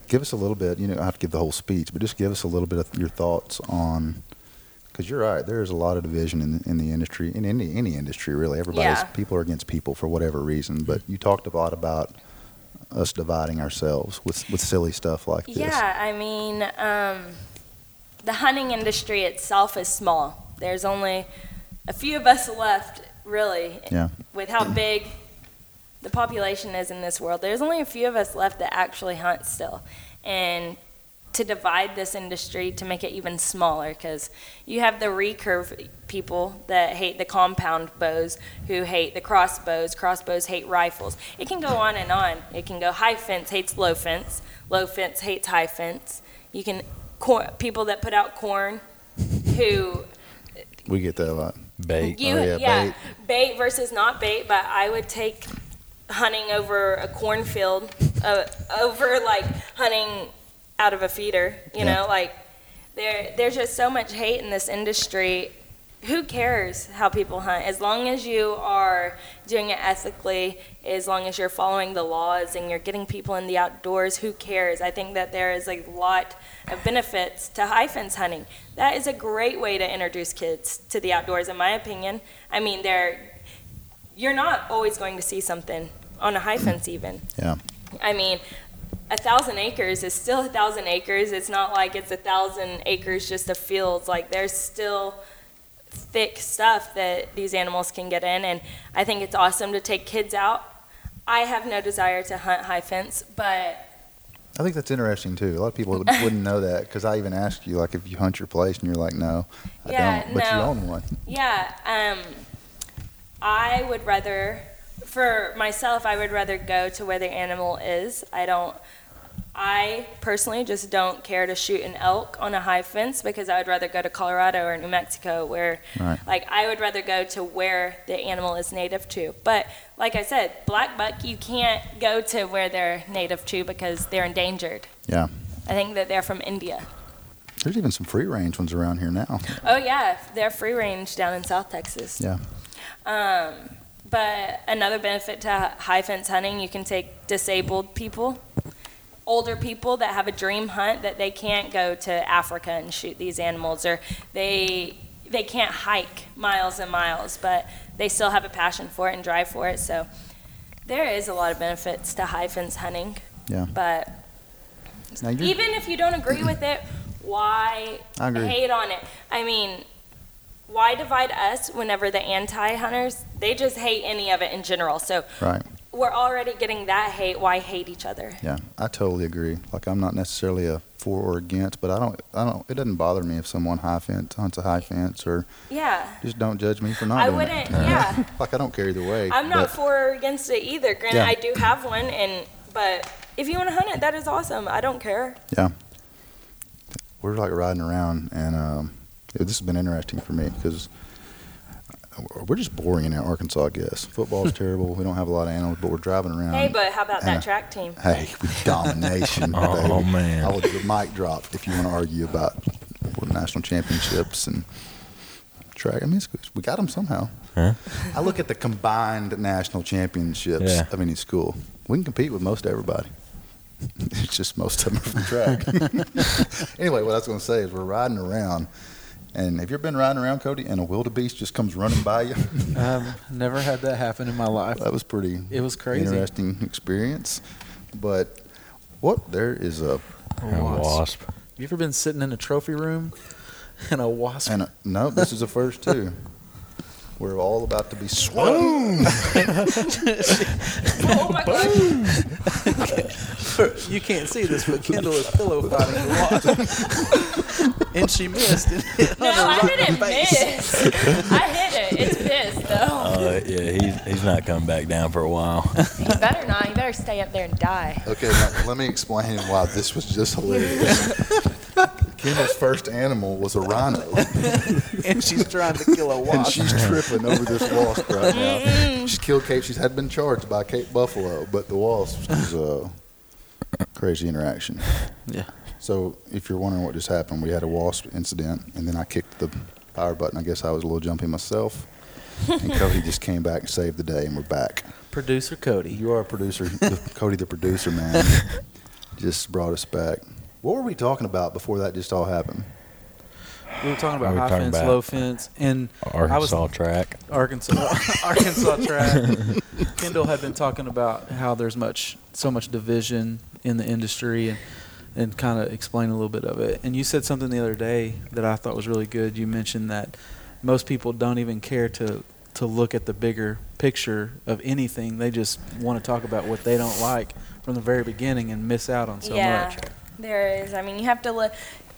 give us a little bit. You know, I have to give the whole speech, but just give us a little bit of your thoughts on. Because you're right, there is a lot of division in, in the industry, in any any industry really. Everybody's Yeah. people are against people for whatever reason. But you talked a lot about us dividing ourselves with with silly stuff like this. Yeah, I mean, um, the hunting industry itself is small. There's only a few of us left, really, Yeah. with how big the population is in this world. There's only a few of us left that actually hunt still. And to divide this industry to make it even smaller, because you have the recurve people that hate the compound bows, who hate the crossbows, crossbows hate rifles. It can go on and on. It can go high fence hates low fence, low fence hates high fence. You can cor- people that put out corn, who we get that a lot. Bait. you Oh, yeah, yeah, bait. versus not bait, but I would take hunting over a cornfield uh, over like hunting out of a feeder. You Yeah. know, like there there's just so much hate in this industry. Who cares how people hunt? As long as you are doing it ethically, as long as you're following the laws and you're getting people in the outdoors, who cares? I think that there is a lot of benefits to hyphens hunting. That is a great way to introduce kids to the outdoors, in my opinion. I mean, they're, you're not always going to see something on a high fence, even. Yeah. I mean, a thousand acres is still a thousand acres. It's not like it's a thousand acres just of fields. Like, there's still thick stuff that these animals can get in, and I think it's awesome to take kids out. I have no desire to hunt high fence, but I think that's interesting too. A lot of people would, wouldn't know that because I even asked you like if you hunt your place and you're like, no, I Yeah, don't. But you no. own one. Yeah, um, I would rather, for myself, I would rather go to where the animal is. I don't, I personally just don't care to shoot an elk on a high fence because I would rather go to Colorado or New Mexico where, Right. like, I would rather go to where the animal is native to. But like I said, black buck, you can't go to where they're native to because they're endangered. Yeah. I think that they're from India. There's even some free range ones around here now. Oh yeah, they're free range down in South Texas. Yeah. Um, but another benefit to high fence hunting, you can take disabled people, older people that have a dream hunt that they can't go to Africa and shoot these animals, or they they can't hike miles and miles, but they still have a passion for it and drive for it. So there is a lot of benefits to high fence hunting. Yeah. But Now you're, even if you don't agree with it, why I agree. hate on it? I mean, why divide us whenever the anti hunters, they just hate any of it in general. So Right. we're already getting that hate. Why hate each other? Yeah. I totally agree. Like I'm not necessarily a for or against, but I don't. I don't. It doesn't bother me if someone high fence hunts a high fence or Yeah. just don't judge me for not. I doing wouldn't, It. yeah. Like I don't care either way. I'm not but for or against it either. Granted, Yeah. I do have one, and but if you want to hunt it, that is awesome. I don't care. we're like riding around, and um, it- this has been interesting for me because we're just boring in Arkansas. I guess football's terrible. We don't have a lot of animals, but we're driving around. hey, but how about uh, that track team? Hey, domination. Oh, baby. man. I would the mic drop if you want to argue about national championships and track. I mean, it's, we got them somehow. Huh? I look at the combined national championships Yeah. of any school. We can compete with most everybody. It's just most of them are from track. anyway, what I was going to say is we're riding around. And have you ever been riding around, Cody, and a wildebeest just comes running by you? I've um, never had that happen in my life. that was pretty It was crazy. interesting experience. But what there is a A wasp. You ever been sitting in a trophy room and a wasp? and a, no, this is a first too. We're all about to be swung. oh my gosh. you can't see this, but Kendall is pillow fighting the wasp, and she missed. And hit No, on her I rotten didn't face. miss. I hit it. It's pissed, though. Uh, yeah, he's he's not coming back down for a while. You better not. You better better stay up there and die. Okay, now, let me explain why this was just hilarious. Kendall's first animal was a rhino, and she's trying to kill a and wasp. she's tripping over this wasp right now. She's killed Cape. She's had been charged by Cape Buffalo, but the wasp was a crazy interaction. Yeah. So, if you're wondering what just happened, we had a wasp incident, and then I kicked the power button. I guess I was a little jumpy myself. And Cody just came back and saved the day, and we're back. Producer Cody. You are a producer, the- Cody, the producer man. just brought us back. What were we talking about before that just all happened? We were talking about We were high talking fence, about- low fence, and I was- Arkansas track. Arkansas, Arkansas track. Kendall had been talking about how there's much, so much division in the industry, and and kind of explain a little bit of it. And you said something the other day that I thought was really good. You mentioned that most people don't even care to to look at the bigger picture of anything. They just want to talk about what they don't like from the very beginning and miss out on so Yeah. much. There is. I mean, you have to look.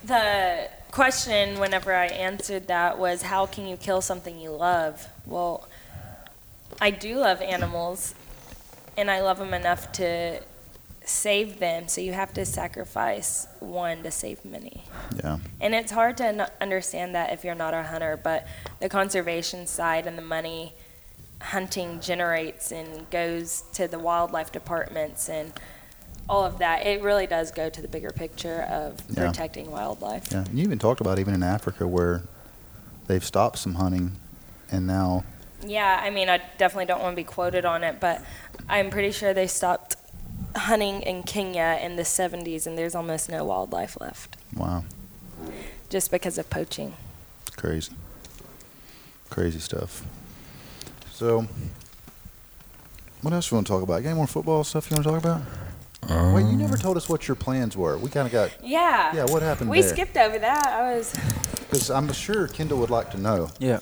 The question, whenever I answered that, was how can you kill something you love? Well, I do love animals, and I love them enough to save them. So you have to sacrifice one to save many. Yeah. And it's hard to n- understand that if you're not a hunter, but the conservation side and the money hunting generates and goes to the wildlife departments and all of that, it really does go to the bigger picture of Yeah. protecting wildlife. Yeah. And you even talked about even in Africa where they've stopped some hunting and now Yeah, I mean, I definitely don't want to be quoted on it, but I'm pretty sure they stopped hunting in Kenya in the 70s and there's almost no wildlife left wow, just because of poaching. it's crazy. Crazy stuff. So what else you want to talk about? You got any more football stuff you want to talk about? Wait, you Um. never told us what your plans were. We kind of got Yeah. Yeah, what happened We there? skipped over that. I was because I'm sure Kendall would like to know Yeah.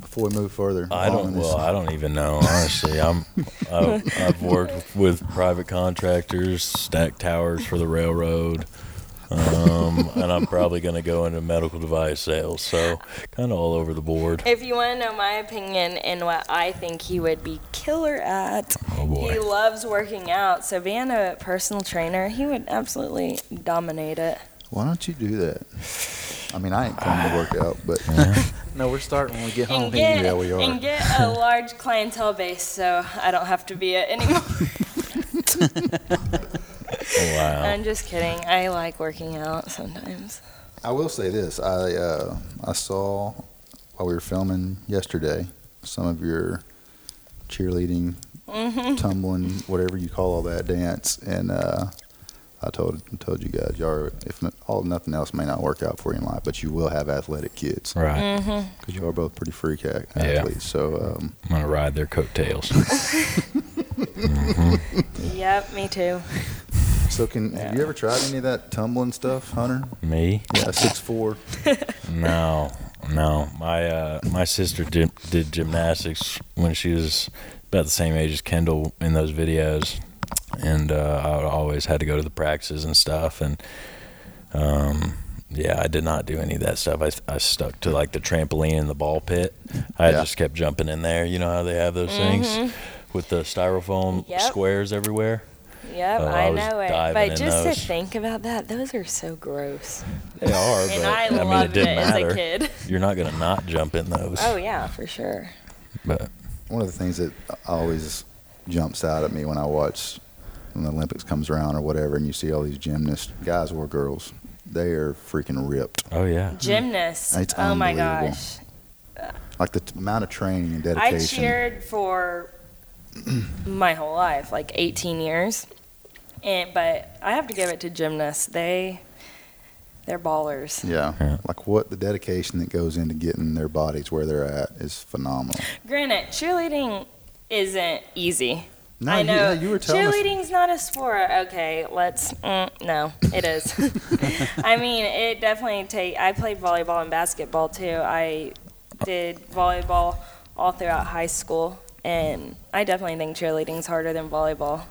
before we move further. I along don't. in this. Well, I don't even know. Honestly, I'm. I've, I've worked with private contractors, stacked towers for the railroad, um, and I'm probably going to go into medical device sales. So kind of all over the board. If you want to know my opinion and what I think he would be killer at, Oh he boy. loves working out. So being a personal trainer, he would absolutely dominate it. Why don't you do that? I mean, I ain't coming to work out, but No, we're starting when we get home. And get, yeah, we are. and get a large clientele base, so I don't have to be it anymore. Wow. I'm just kidding. I like working out sometimes. I will say this: I uh, I saw while we were filming yesterday some of your cheerleading, Mm-hmm. tumbling, whatever you call all that dance, and uh, I told told you guys, y'all, are- if not, all nothing else may not work out for you in life, but you will have athletic kids Right. because you are both pretty freak ac- Yeah. athletes. So um, I'm going to ride their coattails. Yep, me too. so can have you ever tried any of that tumbling stuff, Hunter? Me? Yeah, six four. No, no. My uh, my sister did, did gymnastics when she was about the same age as Kendall in those videos, and uh, I always had to go to the practices and stuff. And um, yeah, I did not do any of that stuff. I, I stuck to like the trampoline and the ball pit. I Yeah. just kept jumping in there. You know how they have those things with the styrofoam Mm-hmm. Yep. squares everywhere. Yep, Oh, I I, was know it. diving But in just those. to think about that, those are so gross. They are, And but I, I, mean, it loved it, didn't as a matter. kid. You're not gonna not jump in those. Oh yeah, for sure. But one of the things that always jumps out at me when I watch when the Olympics comes around or whatever, and you see all these gymnasts, guys or girls, they are freaking ripped. oh yeah. Gymnasts. It's oh my unbelievable. gosh. Like the t- amount of training and dedication. I cheered for my whole life, like 18 years. And but I have to give it to gymnasts. They they're ballers. Yeah. Yeah. like what the dedication that goes into getting their bodies where they're at is phenomenal. Granted, cheerleading isn't easy. No, I you- know. yeah, you were telling us- Cheerleading's not a sport. Okay, let's. Mm, no, it is. I mean, it definitely take. I played volleyball and basketball too. I did volleyball all throughout high school, and I definitely think cheerleading's harder than volleyball.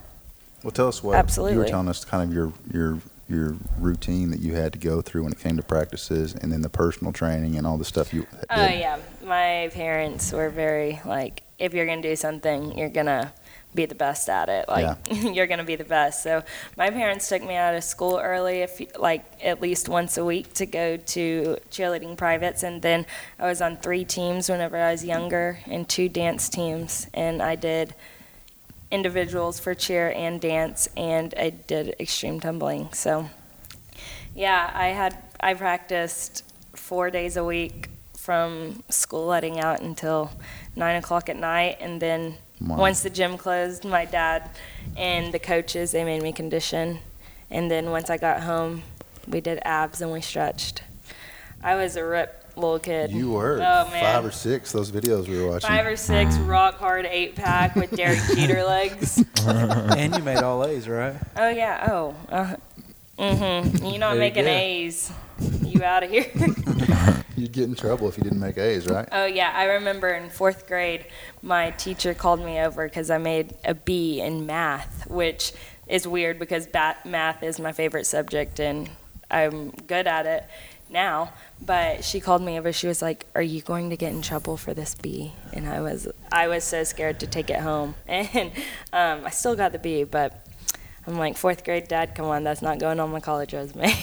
Well, tell us what you were Absolutely. telling us, kind of your your your routine that you had to go through when it came to practices, Uh, and then the personal training and all the stuff you. Oh yeah, my parents were very like if you're gonna do something, you're gonna be the best at it. Like you're gonna be the best. So my parents took me out of school early, if like at least once a week, to go to cheerleading privates, and then I was on three teams whenever I was younger, and two dance teams, and I did individuals for cheer and dance, and I did extreme tumbling. So yeah, I had I practiced four days a week from school letting out until nine o'clock at night, and then Wow. once the gym closed, my dad and the coaches they made me condition, and then once I got home, we did abs and we stretched. I was a rip little kid. You were Oh, man. five or six. Those videos we were watching. Five or six rock hard eight pack with Derek Jeter legs. and you made all A's, right? Oh yeah. Oh. Uh, mm-hmm. You're not There you making go. A's. You out of here. You'd get in trouble if you didn't make A's, right? Oh yeah, I remember in fourth grade, my teacher called me over because I made a B in math, which is weird because bat- math is my favorite subject and I'm good at it now. But she called me over. She was like, "Are you going to get in trouble for this B?" And I was, I was so scared to take it home, and um, I still got the B. But I'm like, fourth grade, Dad, come on, that's not going on my college resume.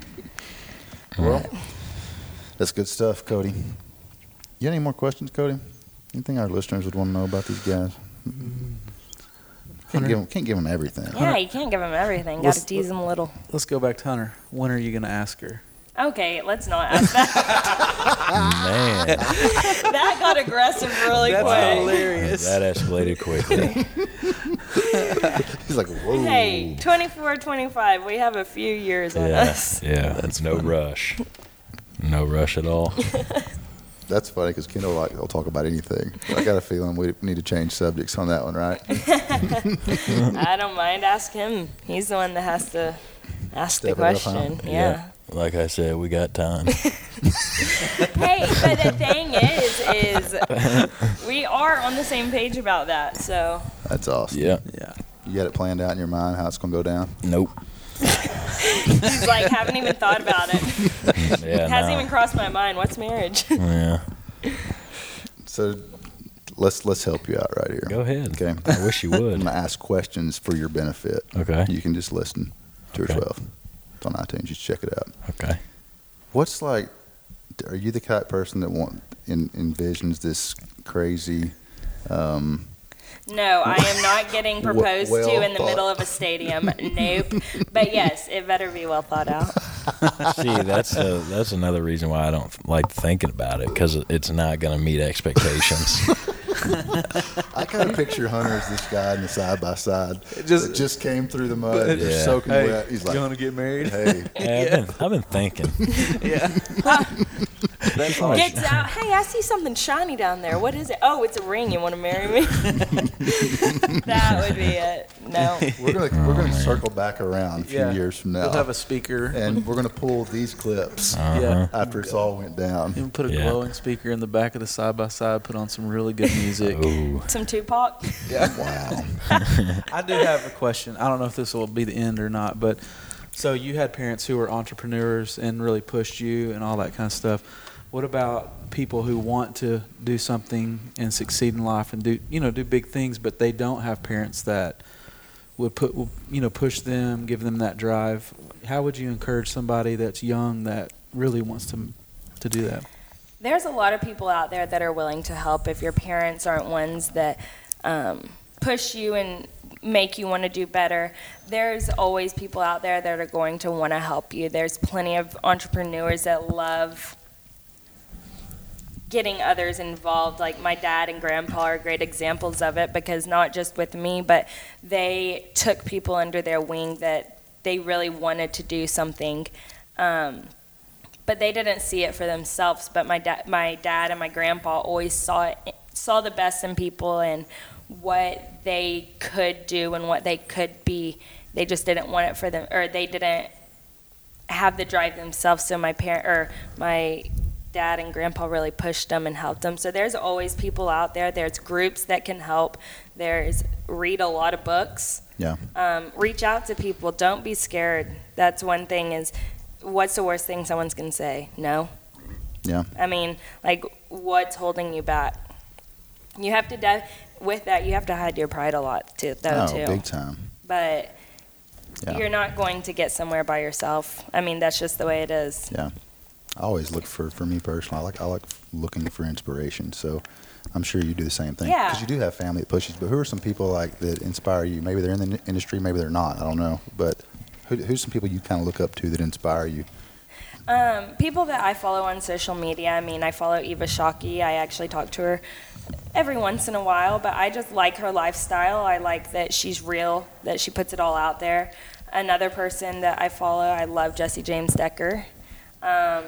Well, that's good stuff, Cody. You got any more questions, Cody? Anything our listeners would want to know about these guys? Can't give them, can't give 'em everything. yeah, you can't give them everything. Got Let's- to tease them a little. Let's go back to Hunter. When are you going to ask her? Okay, let's not ask that. Ah, Man, that got aggressive really That's quick. hilarious. that escalated quickly. He's like, whoa. Hey, 24, 25, we have a few years on Yeah, us. yeah. That's no rush. No rush at all. That's funny because Kendall like he'll talk about anything. I got a feeling we need to change subjects on that one, right? I don't mind. Ask him. He's the one that has to ask Step the it up, huh? question. Yeah. Like I said, we got time. Hey, but the thing is, is we are on the same page about that. So That's awesome. Yeah. yeah. You got it planned out in your mind how it's gonna go down. Nope. he's like, haven't even thought about it. Yeah. Hasn't nah. even crossed my mind. What's marriage? yeah. So let's let's help you out right here. Go ahead. Okay. I wish you I'm would. gonna ask questions for your benefit. Okay. You can just listen to Okay. or twelve. It's on iTunes. Just check it out. Okay. What's like? Are you the kind of person that want in, envisions this crazy? Um, No, I am not getting Well- proposed well to in the thought. middle of a stadium. nope. But yes, it better be well thought out. See, that's a, that's another reason why I don't like thinking about it because it's not going to meet expectations. I kind of picture Hunter as this guy in the side by side It just- just just came through the mud, But- just Yeah. soaking Hey, wet. He's you want like, to get married? hey, Yeah, I've, been, I've been thinking. yeah. That's Oh, all. Gets out. Hey, I see something shiny down there. What is it? Oh, it's a ring. You want to marry me? that would be it. No. we're gonna we're gonna circle back around a few Yeah. years from now, We'll have a speaker. and we're gonna pull these clips Uh-huh. Yeah. after it's all went down. And put a Yeah. glowing speaker in the back of the side by side. Put on some really good music. Ooh, Some Tupac. Wow. Uh, I do have a question. I don't know if this will be the end or not, but so you had parents who were entrepreneurs and really pushed you and all that kind of stuff. What about people who want to do something and succeed in life and do you know do big things, but they don't have parents that would put you know push them, give them that drive? How would you encourage somebody that's young that really wants to to do that? There's a lot of people out there that are willing to help if your parents aren't ones that um, push you and make you want to do better. There's always people out there that are going to want to help you. There's plenty of entrepreneurs that love getting others involved. Like my dad and grandpa are great examples of it because not just with me, but they took people under their wing that they really wanted to do something. Um, but they didn't see it for themselves. But my dad, my dad, and my grandpa always saw it, saw the best in people and what they could do and what they could be. They just didn't want it for them, or they didn't have the drive themselves. So my parent or my dad and grandpa really pushed them and helped them. So there's always people out there. There's groups that can help. There's read a lot of books Yeah. um, reach out to people. Don't be scared. That's one thing is, what's the worst thing someone's gonna say? No. Yeah. I mean, like, what's holding you back? You have to dive with that. You have to hide your pride a lot too, though. oh, too, big time. but Yeah. you're not going to get somewhere by yourself. I mean, that's just the way it is. I always look for, for me personally, I like, I like looking for inspiration. So I'm sure you do the same thing. Yeah. Because you do have family that pushes, but who are some people like that inspire you? Maybe they're in the n- industry, maybe they're not. I don't know. But who, who's some people you kind of look up to that inspire you? Um, people that I follow on social media. I mean, I follow Eva Shockey. I actually talk to her every once in a while, but I just like her lifestyle. I like that she's real, that she puts it all out there. Another person that I follow, I love Jesse James Decker. Um,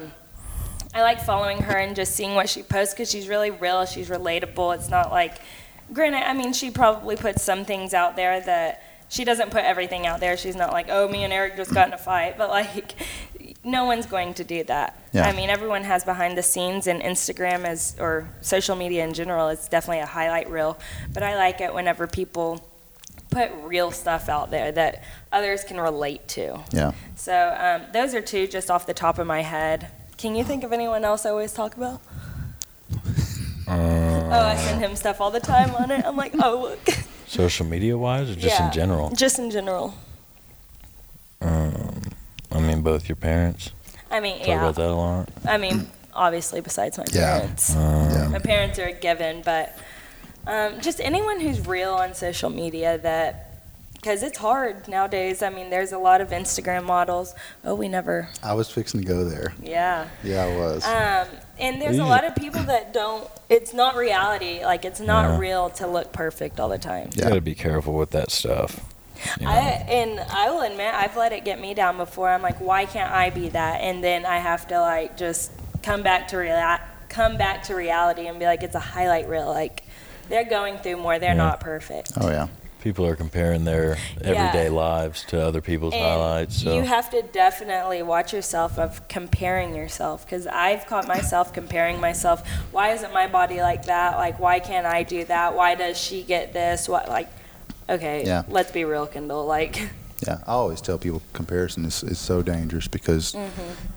I like following her and just seeing what she posts because she's really real. She's relatable. It's not like, granted, I mean, she probably puts some things out there that she doesn't put everything out there. She's not like, oh, me and Eric just got in a fight, but like, no one's going to do that. Yeah. I mean, everyone has behind the scenes, and Instagram is, or social media in general, is definitely a highlight reel. But I like it whenever people put real stuff out there that others can relate to. Yeah. So um, those are two just off the top of my head. Can you think of anyone else I always talk about? oh, I send him stuff all the time on it. I'm like, oh, look. Social media wise, or just Yeah. in general? Just in general. Um, I mean, both your parents I mean, talk yeah. about that a lot. I mean, obviously, besides my Yeah. parents. Um, My parents are a given, but um, just anyone who's real on social media that, because it's hard nowadays. I mean, there's a lot of Instagram models. Oh, we never. I was fixing to go there. Yeah. Yeah, I was. Um, and there's a Yeah. lot of people that don't. It's not reality. Like it's not Yeah. real to look perfect all the time. You Yeah. gotta be careful with that stuff. You know? I and I will admit I've let it get me down before. I'm like, why can't I be that? And then I have to like just come back to real come back to reality and be like, it's a highlight reel. Like they're going through more. They're Yeah. not perfect. oh, yeah. People are comparing their everyday lives to other people's And highlights. So You have to definitely watch yourself of comparing yourself because I've caught myself comparing myself. Why isn't my body like that? Like, why can't I do that? Why does she get this? What, like, okay, Yeah. let's be real, Kendall. Like, Yeah, I always tell people comparison is, is so dangerous because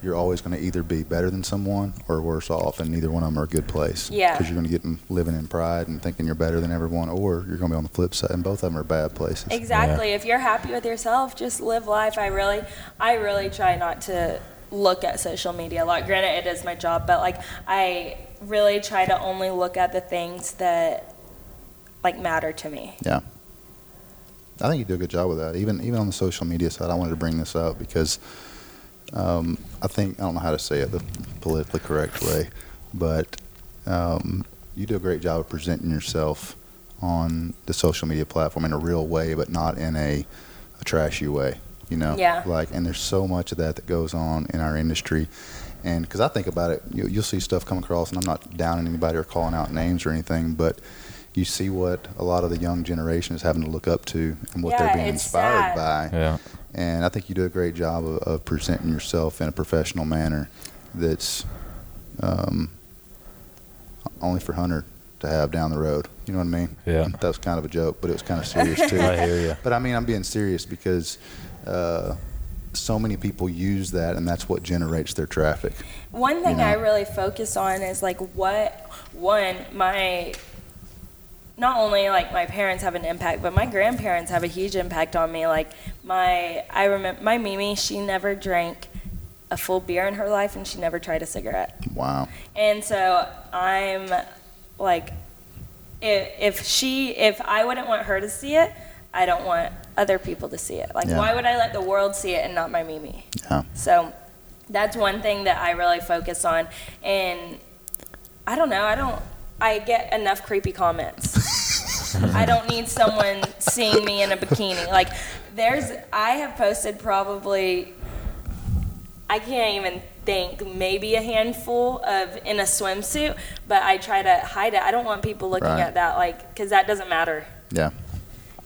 you're always going to either be better than someone or worse off, and neither one of them are a good place. Yeah. Because you're going to get in, living in pride and thinking you're better than everyone, or you're going to be on the flip side, and both of them are bad places. exactly. If you're happy with yourself, just live life. I really, I really try not to look at social media a lot. Granted, it is my job, but like, I really try to only look at the things that like matter to me. I think you do a good job with that. Even even on the social media side, I wanted to bring this up because um, I think I don't know how to say it the politically correct way, but um, you do a great job of presenting yourself on the social media platform in a real way, but not in a, a trashy way. You know, Yeah. Like, and there's so much of that that goes on in our industry, and because I think about it, you, you'll see stuff come across, and I'm not downing anybody or calling out names or anything, but you see what a lot of the young generation is having to look up to and what Yeah, they're being it's inspired sad. by. yeah, And I think you do a great job of, of presenting yourself in a professional manner that's um, only for Hunter to have down the road. You know what I mean? yeah. That was kind of a joke, but it was kind of serious too. I hear you. But I mean, I'm being serious because uh, so many people use that, and that's what generates their traffic. One thing You know? I really focus on is like what one my not only like my parents have an impact, but my grandparents have a huge impact on me. Like my I remember my Mimi, she never drank a full beer in her life and she never tried a cigarette. Wow. And so I'm like, if, if she, if I wouldn't want her to see it, I don't want other people to see it. Like, Yeah. why would I let the world see it and not my Mimi? Yeah. So that's one thing that I really focus on. And I don't know, I don't, I get enough creepy comments. I don't need someone seeing me in a bikini. Like, there's, I have posted probably I can't even think maybe a handful of in a swimsuit, but I try to hide it. I don't want people looking Right. at that like cuz that doesn't matter. Yeah.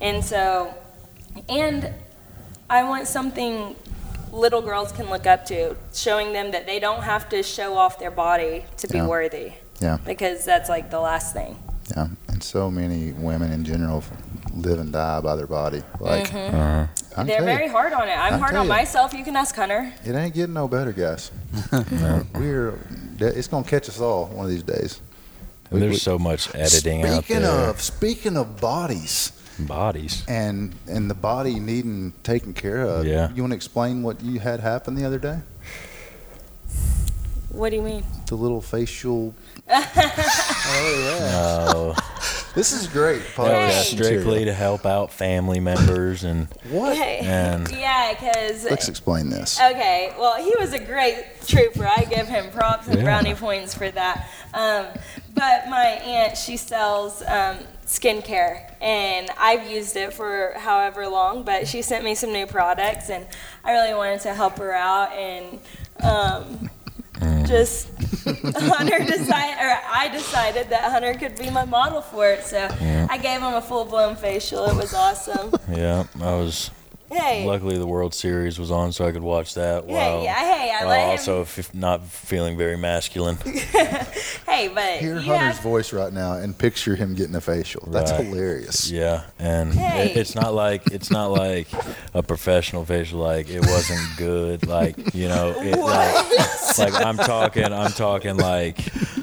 And so and I want something little girls can look up to, showing them that they don't have to show off their body to be Yeah. worthy. Yeah. Because that's like the last thing. Yeah, and so many women in general live and die by their body. Like, Mm-hmm. Uh-huh. I'm They're telling very hard on it. I'm I'll hard tell on you. myself. You can ask Hunter. you, it ain't getting no better, guys. No. We're that- it's gonna catch us all one of these days. We- And there's we- so much editing out Speaking there. of, speaking of bodies bodies. and and the body needing taken care of. Yeah. You want to explain what you had happen the other day? What do you mean? The little facial. Uh, This is great. that was podcast strictly material. to help out family members and What? And- yeah, because Let's explain this. Okay, well, he was a great trooper. I give him props and Yeah. brownie points for that. Um, but my aunt, she sells um, skincare, and I've used it for however long, but she sent me some new products, and I really wanted to help her out and um, just. Hunter decided, or I decided that Hunter could be my model for it, so I gave him a full blown facial. It was awesome. yeah, I was Hey, luckily the World Series was on, so I could watch that. hey, while, yeah, hey, I while let him. also f- not feeling very masculine. hey, but Hear you Hunter's have voice right now and picture him getting a facial. That's Right. hilarious. Yeah, and Hey. it, it's not like it's not like a professional facial. Like it wasn't good. Like you know, it, like, like I'm talking, I'm talking like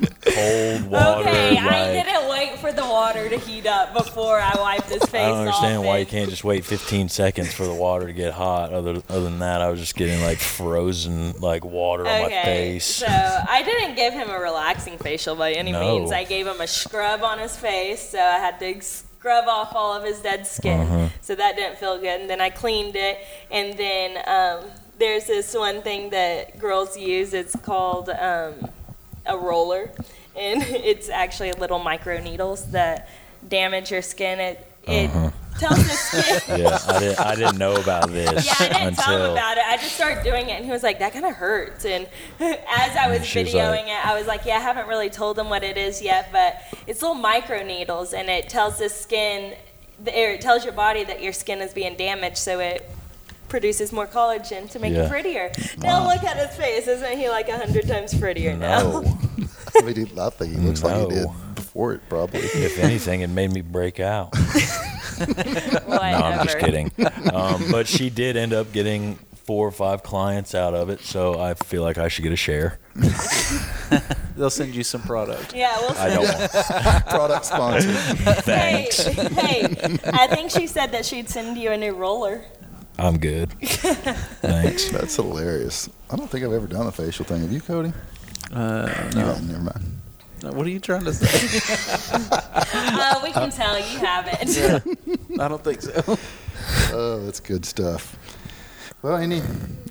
cold water. Okay, like, I didn't wait for the water to heat up before I wiped his face I don't understand off. why you and- can't just wait 15 seconds for the water to get hot. Other other than that, I was just getting like frozen like water on my Okay, face. so I didn't give him a relaxing facial by any No. means. I gave him a scrub on his face, so I had to scrub off all of his dead skin. Uh-huh. So that didn't feel good. And then I cleaned it, and then um, there's this one thing that girls use. It's called um, a roller, and it's actually little micro needles that damage your skin. It it Uh-huh. tells the skin. yeah, I didn't I didn't know about this Yeah, I didn't until tell him about it. I just started doing it, and he was like, "That kind of hurts." And as I was She was videoing like- it, I was like, "Yeah, I haven't really told him what it is yet, but it's little micro needles, and it tells the skin, the- or it tells your body that your skin is being damaged, so it." Produces more collagen to make Yeah. it prettier. Now look at his face. Isn't he like a hundred times prettier now? no. I, mean, he- I think he looks like he did No. before it, probably. If anything, it made me break out. No, I'm just Whatever. kidding. Um, but she did end up getting four or five clients out of it, so I feel like I should get a share. They'll send you some product. Yeah, we'll see. I don't. want Product sponsor. Hey, Thanks. hey, I think she said that she'd send you a new roller. Uh, I'm good. Thanks. That's hilarious. I don't think I've ever done a facial thing. Have you, Cody? Uh, No, never mind. what are you trying to say? Uh, we can tell you haven't. I don't think so. Oh, that's good stuff. Well, any is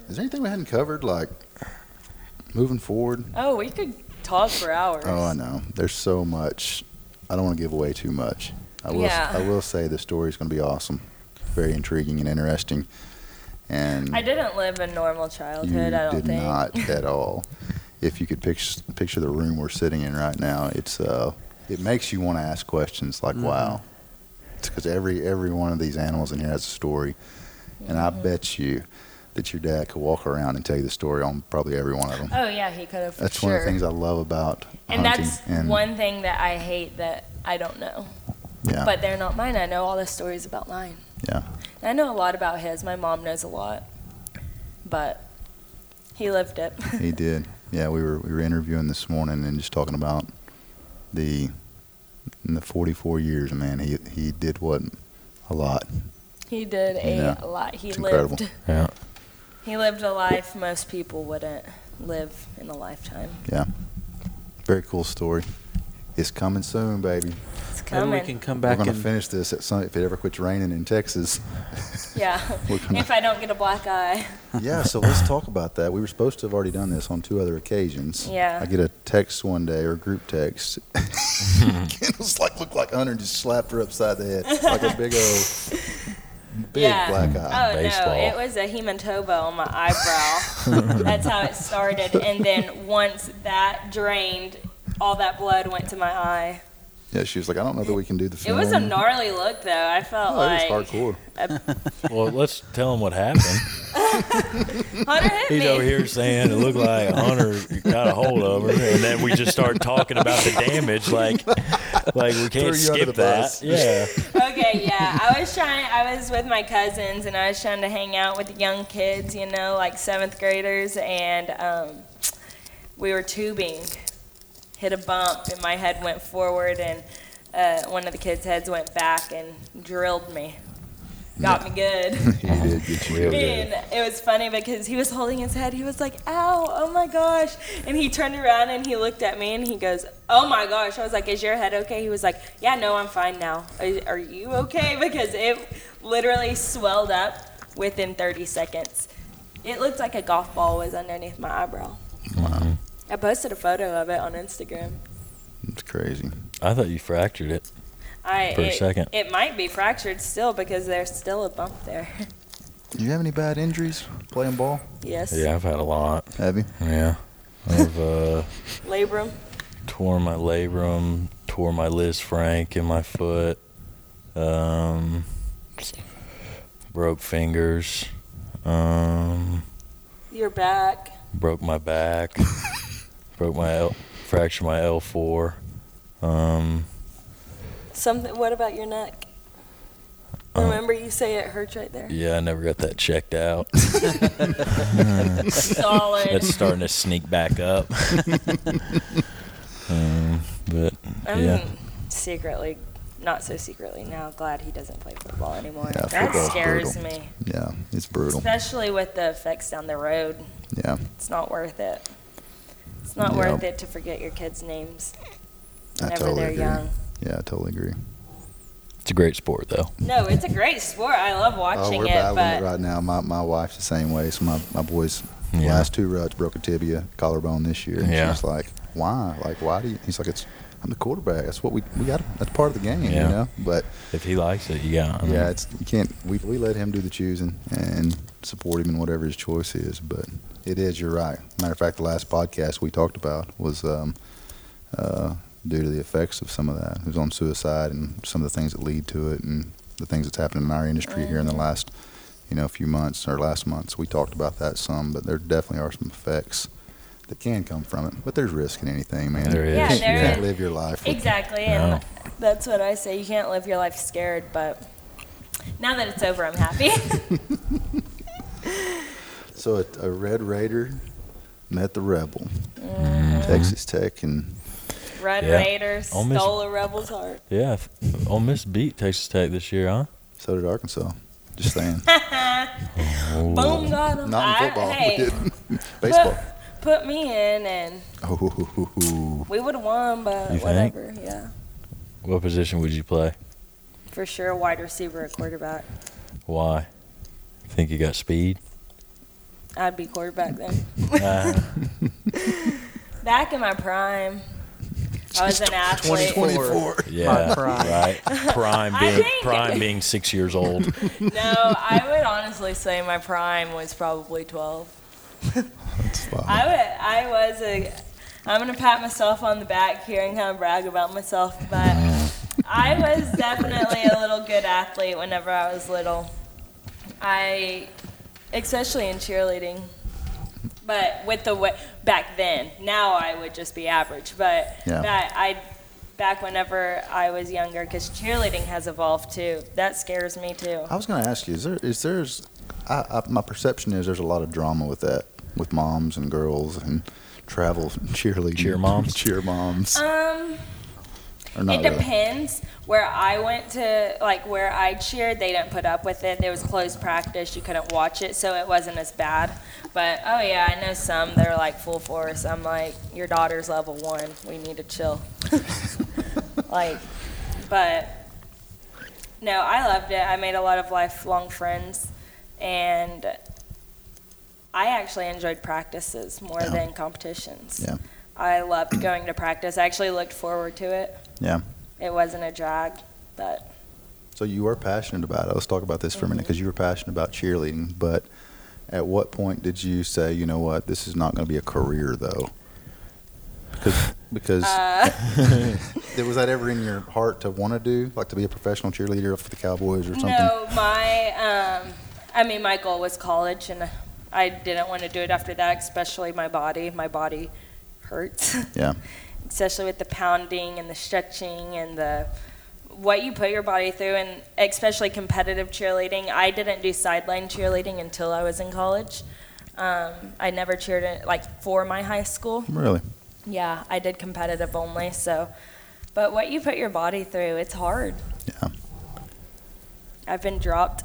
there anything we hadn't covered? Like moving forward. Oh, we could talk for hours. Oh, I know. There's so much. I don't want to give away too much. I will. Yeah. I will say the story is going to be awesome, very intriguing and interesting. And I didn't live a normal childhood, you I don't did think. not at all. If you could picture picture the room we're sitting in right now, it's uh, it makes you want to ask questions Mm-hmm. like, wow, because every every one of these animals in here has a story, and Mm-hmm. I bet you that your dad could walk around and tell you the story on probably every one of them. Oh yeah, he could have for That's sure. one of the things I love about and hunting. that's and one thing that I hate that I don't know. yeah, But they're not mine. I know all the stories about mine. Yeah. And I know a lot about his. My mom knows a lot. But he lived it. he did. Yeah, we were we were interviewing this morning and just talking about the in the 44 years, man, he he did what a lot. he did a Yeah. lot. He It's incredible. lived Yeah. he lived a life most people wouldn't live in a lifetime. Very cool story. It's coming soon, baby. It's Maybe we coming. can come We're back going to and finish this at some, if it ever quits raining in Texas. yeah. We're gonna- if I don't get a black eye. yeah, so let's talk about that. We were supposed to have already done this on two other occasions. Yeah. I get a text one day or a group text. Kendall's like, looked like Hunter just slapped her upside the head like a big old, big Yeah. black eye. Oh baseball. no, it was a hematoma on my eyebrow. That's how it started. And then once that drained, all that blood went to my eye. Yeah, she was like, I don't know that we can do the It film. was a gnarly look though. I felt Mm. Oh, it like was hardcore. Well, let's tell him what happened. Hunter hit He's me. over here saying it looked like Hunter got a hold of her, and then we just start talking about the damage. Like, like Threw we can't you under the skip that. bus. Yeah. Okay, yeah. I was trying I was with my cousins and I was trying to hang out with the young kids, you know, like seventh graders and um, we were tubing hit a bump, and my head went forward, and uh, one of the kids' heads went back and drilled me. Got me good. he did get you. Real good. And it was funny because he was holding his head. He was like, ow, oh my gosh. And he turned around and he looked at me and he goes, oh my gosh. I was like, is your head okay? He was like, yeah, no, I'm fine now. Are, are you okay? Because it literally swelled up within 30 seconds. It looked like a golf ball was underneath my eyebrow. Wow, I posted a photo of it on Instagram. it's crazy. I thought you fractured it. I, For a it, second. It might be fractured still because there's still a bump there. Do you have any bad injuries playing ball? yes. Yeah, I've had a lot. Have you? Yeah. I've uh, Labrum. tore my labrum, tore my Liz Frank in my foot, um, broke fingers, um, Your back. broke my back, broke my L, fractured my L4. Um, Something. What about your neck? Uh, Um, Remember, you say it hurts right there. yeah, I never got that checked out. Solid. It's starting to sneak back up. um, but I'm yeah, secretly, not so secretly now, glad he doesn't play football anymore. Yeah, that football's scares me, Yeah, it's brutal. especially with the effects down the road. Yeah, It's not worth it. It's not Yeah. worth it to forget your kids' names I whenever totally they're agree. young. yeah, I totally agree. it's a great sport though. No, it's a great sport. I love Oh, watching we're it, battling it but right now. My my wife's the same way. So my my boys Yeah. last two ruts broke a tibia, collarbone this year, and Yeah. she's like, "Why? Like, why do you?" He's like, "It's I'm the quarterback. That's what we we got. That's part of the game, Yeah. you know." But If he likes it, yeah, I mean, yeah, it's you can't. We we let him do the choosing and support him in whatever his choice is. But it is. You're right. Matter of fact, the last podcast we talked about was. Um, uh, due to the effects of some of that. It was on suicide and some of the things that lead to it and the things that's happened in our industry here in the last, you know, few months or last months. We talked about that some, but there definitely are some effects that can come from it. But there's risk in anything, man. There Yeah, is, You there can't is. live your life. with- Exactly, No. and that's what I say. You can't live your life scared, but now that it's over, I'm happy. So a, a Red Raider met the Rebel, Uh-huh. Texas Tech, and Red Yeah. Raiders Ole Miss- stole a rebel's heart. yeah. if- Ole Miss beat Texas Tech this year, huh? so did Arkansas. Just saying. Boom, got him. Not in football. I, we hey, didn't. Baseball. put me in, and Oh, we would have won, but You think? whatever. Yeah, What position would you play? for sure, wide receiver, a quarterback. Why? Think you got speed? I'd be quarterback then. Uh, Back in my prime, I was an athlete. 24. yeah, My prime. right. Prime I being think- prime being six years old. No, I would honestly say my prime was probably 12. I, would, I was a. I'm gonna pat myself on the back here and kind of brag about myself, but I was definitely a little good athlete whenever I was little. I, especially in cheerleading, but with the way back then. Now I would just be average, but Yeah. that I. Back whenever I was younger, because cheerleading has evolved too. That scares me too. I was going to ask you: Is there is there's I, I, my perception is there's a lot of drama with that, with moms and girls and travel cheerleading, Cheer moms? cheer moms. Um, or not it really. depends. Where I went to, like where I cheered, they didn't put up with it. There was closed practice; you couldn't watch it, so it wasn't as bad. But oh yeah, I know some they're like full force. I'm like, your daughter's level one. We need to chill. like, but no, I loved it. I made a lot of lifelong friends, and I actually enjoyed practices more Yeah. than competitions. Yeah. I loved going to practice. I actually looked forward to it. Yeah. It wasn't a drag, but So you were passionate about it. Let's talk about this for a minute because you were passionate about cheerleading, but at what point did you say, you know what, this is not going to be a career though? Because because Uh, was that ever in your heart to want to do like to be a professional cheerleader for the Cowboys or something? no, my um I mean my goal was college and I didn't want to do it after that, especially my body. My body hurts. Yeah. especially with the pounding and the stretching and the what you put your body through and especially competitive cheerleading i didn't do sideline cheerleading until i was in college um, i never cheered in, like for my high school Really? Yeah, I did competitive only, so. But what you put your body through, it's hard. Yeah. I've been dropped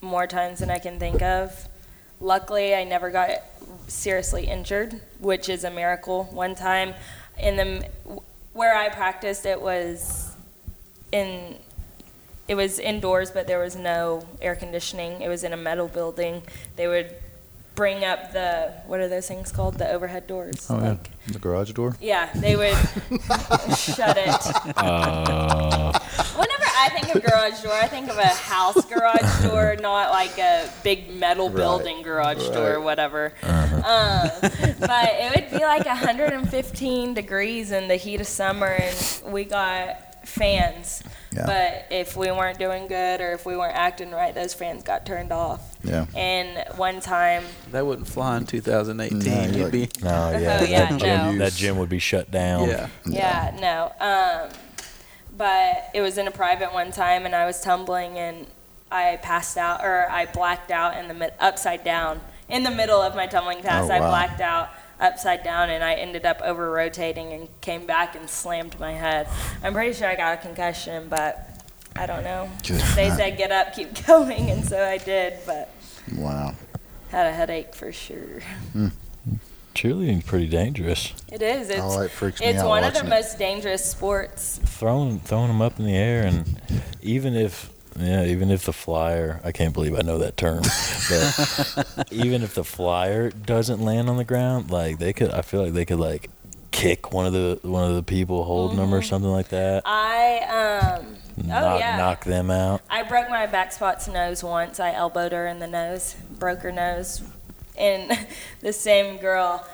more times than I can think of. Luckily, I never got seriously injured, which is a miracle. One time, in the where I practiced, it was in it was indoors, but there was no air conditioning. It was in a metal building. They would bring up the what are those things called? The overhead doors. Oh, yeah. like, The garage door? yeah. they would shut it. Uh. Whenever I think of garage door, I think of a house garage door, not like a big metal building garage door or whatever. Uh-huh. Um, but it would be like 115 degrees in the heat of summer, and we got fans. Yeah. But if we weren't doing good or if we weren't acting right, those fans got turned off. Yeah. And one time, That wouldn't fly in 2018. No, You'd you're be No, yeah, Oh, yeah, that, no. gym, that gym would be shut down. yeah. Yeah, no. Um, but it was in a private one time, and I was tumbling, and I passed out, or I blacked out in the mid- upside down in the middle of my tumbling pass. Oh, I wow. blacked out upside down, and I ended up over rotating and came back and slammed my head. I'm pretty sure I got a concussion, but I don't know. Good they night. said get up, keep going, and so I did, but Wow. had a headache for sure. Cheerleading's pretty dangerous. It is. It's Oh, it freaks me it's out one of the watching it. most dangerous sports. Throwing throwing them up in the air, and even if yeah, even if the flyer, I can't believe I know that term, but even if the flyer doesn't land on the ground, like they could, I feel like they could like kick one of the one of the people holding them or something like that. I um knock, oh yeah. knock them out. I broke my back spot's nose once. I elbowed her in the nose, broke her nose, and the same girl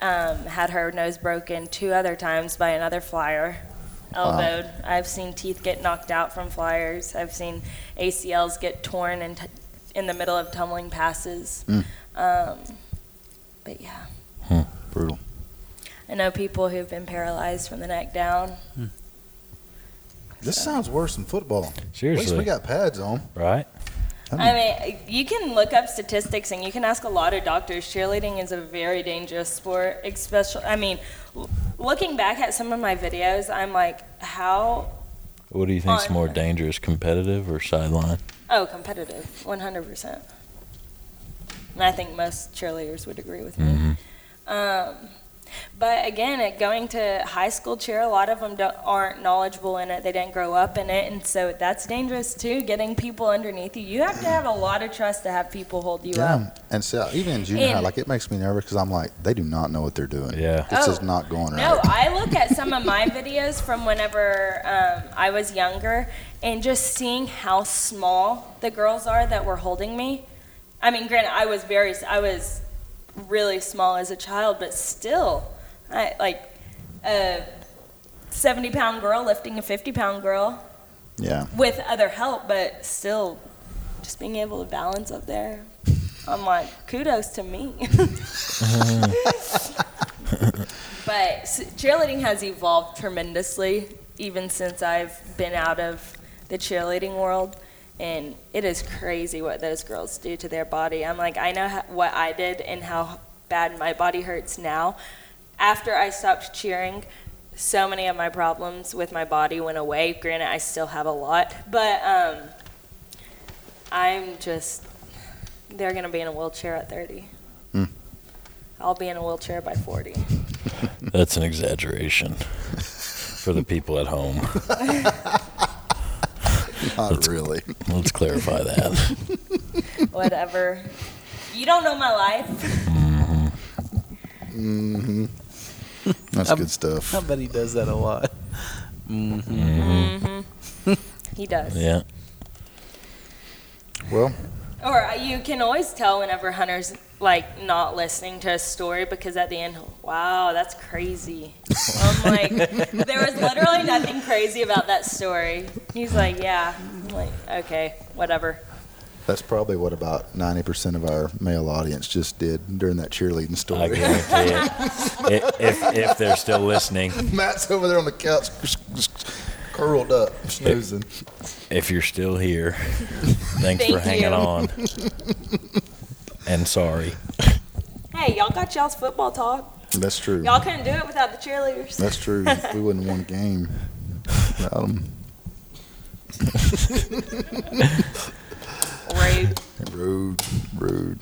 um, had her nose broken two other times by another flyer. Elbowed. I've seen teeth get knocked out from flyers. I've seen ACLs get torn in, t- in the middle of tumbling passes. Um, but yeah, Brutal. I know people who've been paralyzed from the neck down. This sounds worse than football. At least Seriously, we got pads on. right? I mean, you can look up statistics and you can ask a lot of doctors. Cheerleading is a very dangerous sport, especially. I mean, l- looking back at some of my videos, I'm like, how? What do you think's On- more dangerous, competitive or sideline? Oh, competitive, 100%. And I think most cheerleaders would agree with me. Mm-hmm. Um, but again, it, going to high school cheer, a lot of them don't, aren't knowledgeable in it. They didn't grow up in it, and so that's dangerous too. Getting people underneath you, you have to have a lot of trust to have people hold you up. Yeah. And so even in junior high, And- like it makes me nervous because I'm like, they do not know what they're doing. Yeah. This is Oh, not going right. No, I look at some of my videos from whenever um, I was younger and just seeing how small the girls are that were holding me. I mean, granted, I was very, I was really small as a child, but still, I, like a 70 pound girl lifting a 50 pound girl Yeah. with other help, but still just being able to balance up there. I'm like, kudos to me. but s- cheerleading has evolved tremendously even since I've been out of the cheerleading world. And it is crazy what those girls do to their body. I'm like, I know ho- what I did and how bad my body hurts now. After I stopped cheering, so many of my problems with my body went away. Granted, I still have a lot, but um, I'm just, they're going to be in a wheelchair at 30. Hmm. I'll be in a wheelchair by 40. That's an exaggeration for the people at home. Not really. Let's clarify that. Whatever. You don't know my life. That's Um, I'm- Mm-hmm. good stuff. I bet he does that a lot. Mm-hmm. He does. Yeah. Well, Or uh, you can always tell whenever Hunter's like not listening to a story because at the end, wow, that's crazy. I'm like, there was literally nothing crazy about that story. He's like, yeah. I'm like, okay, whatever. that's probably what about 90% of our male audience just did during that cheerleading I story. guarantee it. I- If, if they're still listening, Matt's over there on the couch, curled up, snoozing. if you're still here, thanks Thank for hanging you. on. And sorry. Hey, y'all got y'all's football talk. That's true. Y'all couldn't do it without the cheerleaders. That's true. we wouldn't have won a game without 'em. Rude. Rude, rude.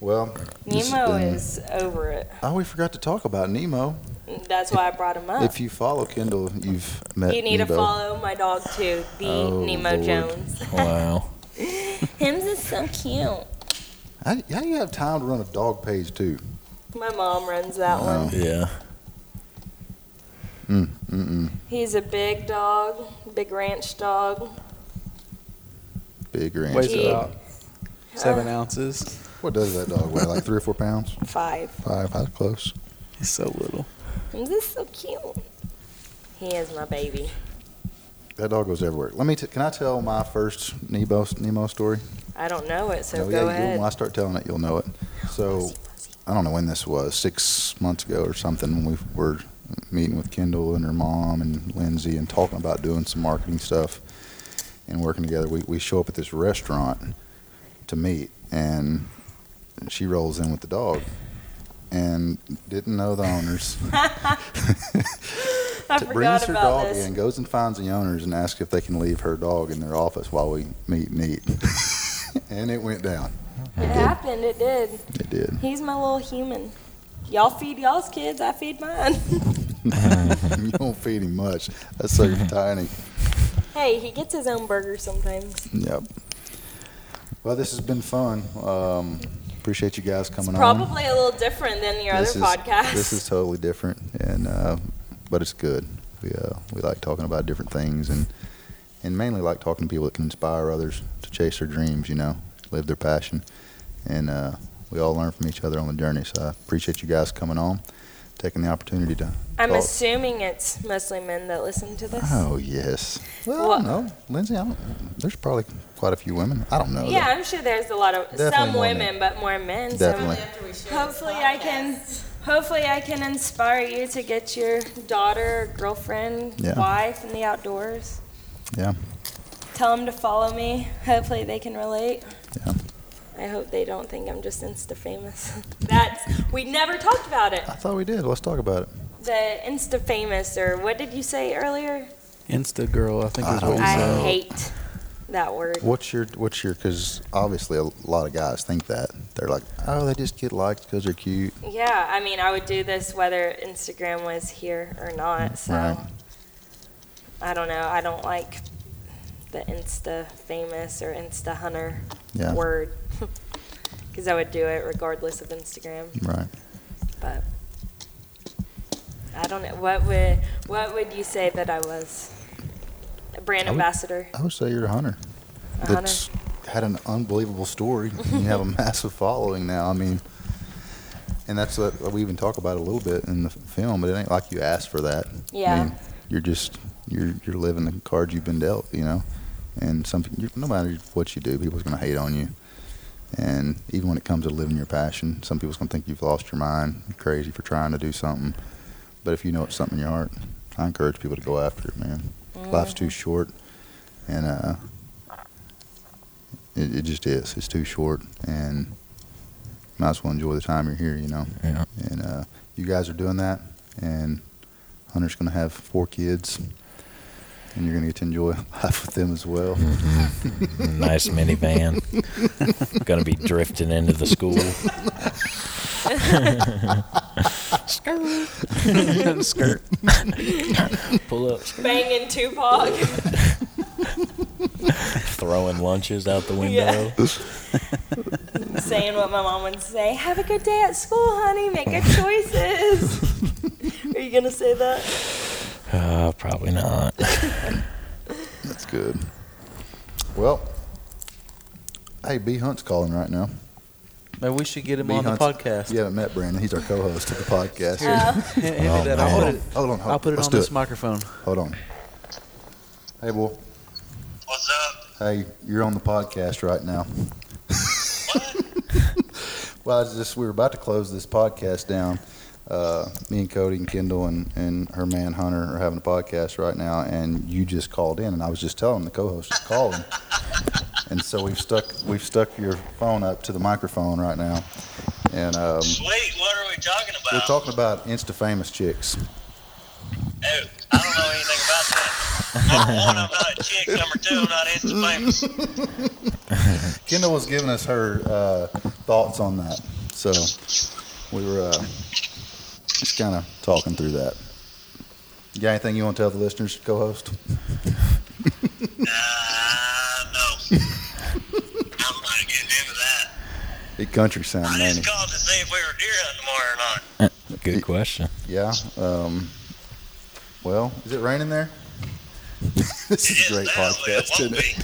Well, this has Nemo been- is over it. Oh, we forgot to talk about Nemo. That's why I brought him up. If you follow Kendall, you've met Oh. you need Nebo. to follow my dog too, the Oh, Nemo Lord. Jones. Wow. Hims is so cute. How, how do you have time to run a dog page too? My mom runs that Oh. one. Yeah. Mm, mm-mm. He's a big dog, big ranch dog. Big ranch. Weighs Gee. about seven ounces. What does that dog weigh? Like three or four pounds? Five. Five? How close? He's so little. Hims is so cute. He is my baby. That dog goes everywhere. Let me. T- can I tell my first Nebo Nemo story? I don't know it, so No, go yeah, you- ahead. when I start telling it, you'll know it. So, I don't know when this was, six months ago or something, when we were meeting with Kendall and her mom and Lindsay and talking about doing some marketing stuff and working together. We, we show up at this restaurant to meet, and she rolls in with the dog and didn't know the owners. I T- brings forgot her about dog this. in, goes and finds the owners and asks if they can leave her dog in their office while we meet and eat. and it went down. It happened. It did. It did. He's my little human. Y'all feed y'all's kids. I feed mine. Mm-hmm. you don't feed him much. That's so tiny. hey, he gets his own burger sometimes. Yep. Well, this has been fun. Um, appreciate you guys coming on. Probably a little different than your this other is, podcast. This is totally different, and uh, but it's good. We uh, we like talking about different things, and and mainly like talking to people that can inspire others to chase their dreams. You know, live their passion, and uh, we all learn from each other on the journey. So I appreciate you guys coming on, taking the opportunity to. I'm talk. assuming it's mostly men that listen to this. Oh yes. Well, I don't know, Lindsay. I don't, there's probably quite a few women. I don't know. yeah, I'm sure there's a lot of Definitely some more men. women, but more men. so Definitely. hopefully I can hopefully I can inspire you to get your daughter, girlfriend, Yeah. wife in the outdoors. Yeah. Tell them to follow me. Hopefully they can relate. Yeah. I hope they don't think I'm just Insta famous. That's we never talked about it. I thought we did. Let's talk about it. The Insta famous or what did you say earlier? Insta girl, I think I is don't what he know. I said. hate that word. What's your what's your? Because obviously a lot of guys think that they're like, oh, they just get likes because they're cute. Yeah, I mean, I would do this whether Instagram was here or not. So Right. I don't know. I don't like the Insta famous or Insta hunter Yeah. word because I would do it regardless of Instagram. Right. But I don't know what would what would you say that I was? A brand I would- ambassador, I would say you're a hunter. a hunter. That's had an unbelievable story. and you have a massive following now. I mean, and that's what we even talk about a little bit in the film. But it ain't like you asked for that. I Yeah. mean, you're just you're you're living the card you've been dealt, you know. And some you no matter what you do, people's gonna hate on you. And even when it comes to living your passion, some people's gonna think you've lost your mind, you're crazy for trying to do something. But if you know it's something in your heart, I encourage people to go after it, man. Life's too short, and uh, it, it just is. It's too short, and might as well enjoy the time you're here, you know. Yeah. And uh, you guys are doing that, and Hunter's going to have four kids, and you're going to get to enjoy life with them as well. Mm-hmm. Nice minivan. Gonna be drifting into the school. Skirt. Skirt. Pull up. banging Tupac. Throwing lunches out the window. saying what my mom would say. Have a good day at school, honey. Make good choices. Are you gonna say that? Uh, probably not. That's good. Well, hey, B Hunt's calling right now. Maybe we should get him B on the Hunt's- podcast. You haven't met Brandon. He's our co-host of the podcast. Hand Oh, me that. I'll hold put on, it, hold on, hold I'll put it Oh, Let's on do this microphone. Hold on. Hey, boy. What's up? Hey, you're on the podcast right now. well, I was just we were about to close this podcast down. Uh, me and Cody and Kendall and, and her man Hunter are having a podcast right now, and you just called in, and I was just telling the co-host is calling, and so we've stuck we've stuck your phone up to the microphone right now, and um, Sweet. What are we we talking about? We're talking about Insta famous chicks. Oh, I don't know anything about that. Number one, I'm not a chick. Number two, I'm not Insta famous. Kendall was giving us her uh, thoughts on that, so we were uh, just kind of talking through that. You got anything you want to tell the listeners, co-host? Uh, no. I'm not getting into that. Big country sound, I man. just called to see if we were deer hunting tomorrow or not. Good question. Yeah. Um, well, is it raining there? this It is a great now, but it podcast, won't isn't it?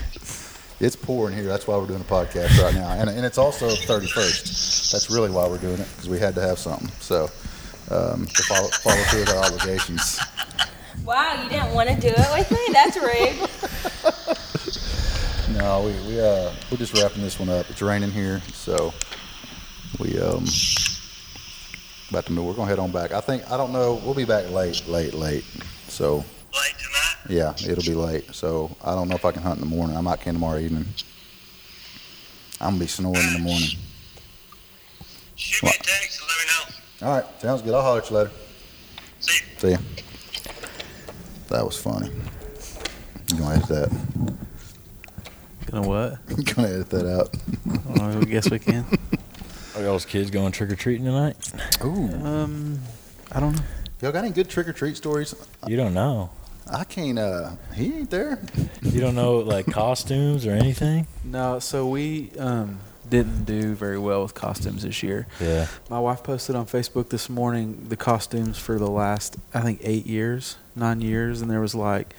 be. It's pouring here. That's why we're doing a podcast right now, and, and it's also 31st. That's really why we're doing it because we had to have something. So um, to follow, follow through with our obligations. Wow, you didn't want to do it with me? That's rude. No, we we uh we're just wrapping this one up. It's raining here, so we um about to move. We're gonna head on back. I think I don't know. We'll be back late, late, late. So Late tonight. yeah, it'll be late. So I don't know if I can hunt in the morning. I might can tomorrow evening. I'm gonna be snoring in the morning. Shoot me a text and let me know. All right, sounds good. I'll holler at you later. See ya. See ya. That was funny. You gonna edit that? Gonna what? You gonna edit that out? I guess we can. Are y'all's kids going trick or treating tonight? Ooh, Um, I don't know. y'all got any good trick or treat stories? You don't know. I can't. uh He ain't there. You don't know like costumes or anything. No, so we um, didn't do very well with costumes this year. Yeah. My wife posted on Facebook this morning the costumes for the last, I think, eight years, nine years, and there was like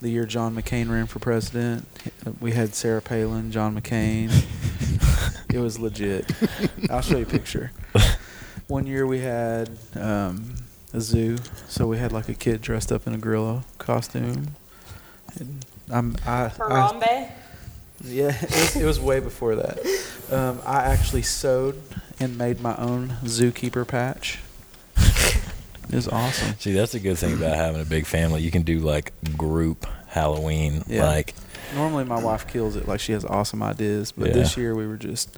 the year John McCain ran for president. We had Sarah Palin, John McCain. it was legit. I'll show you a picture. One year we had um, a zoo, so we had like a kid dressed up in a gorilla costume. And I'm, I, I Harambe. yeah, it was, it was way before that. Um, I actually sewed and made my own zookeeper patch. It was awesome. See, that's a good thing about having a big family. You can do like group Halloween. Yeah. Like, Normally, my wife kills it. Like she has awesome ideas, but this year we were just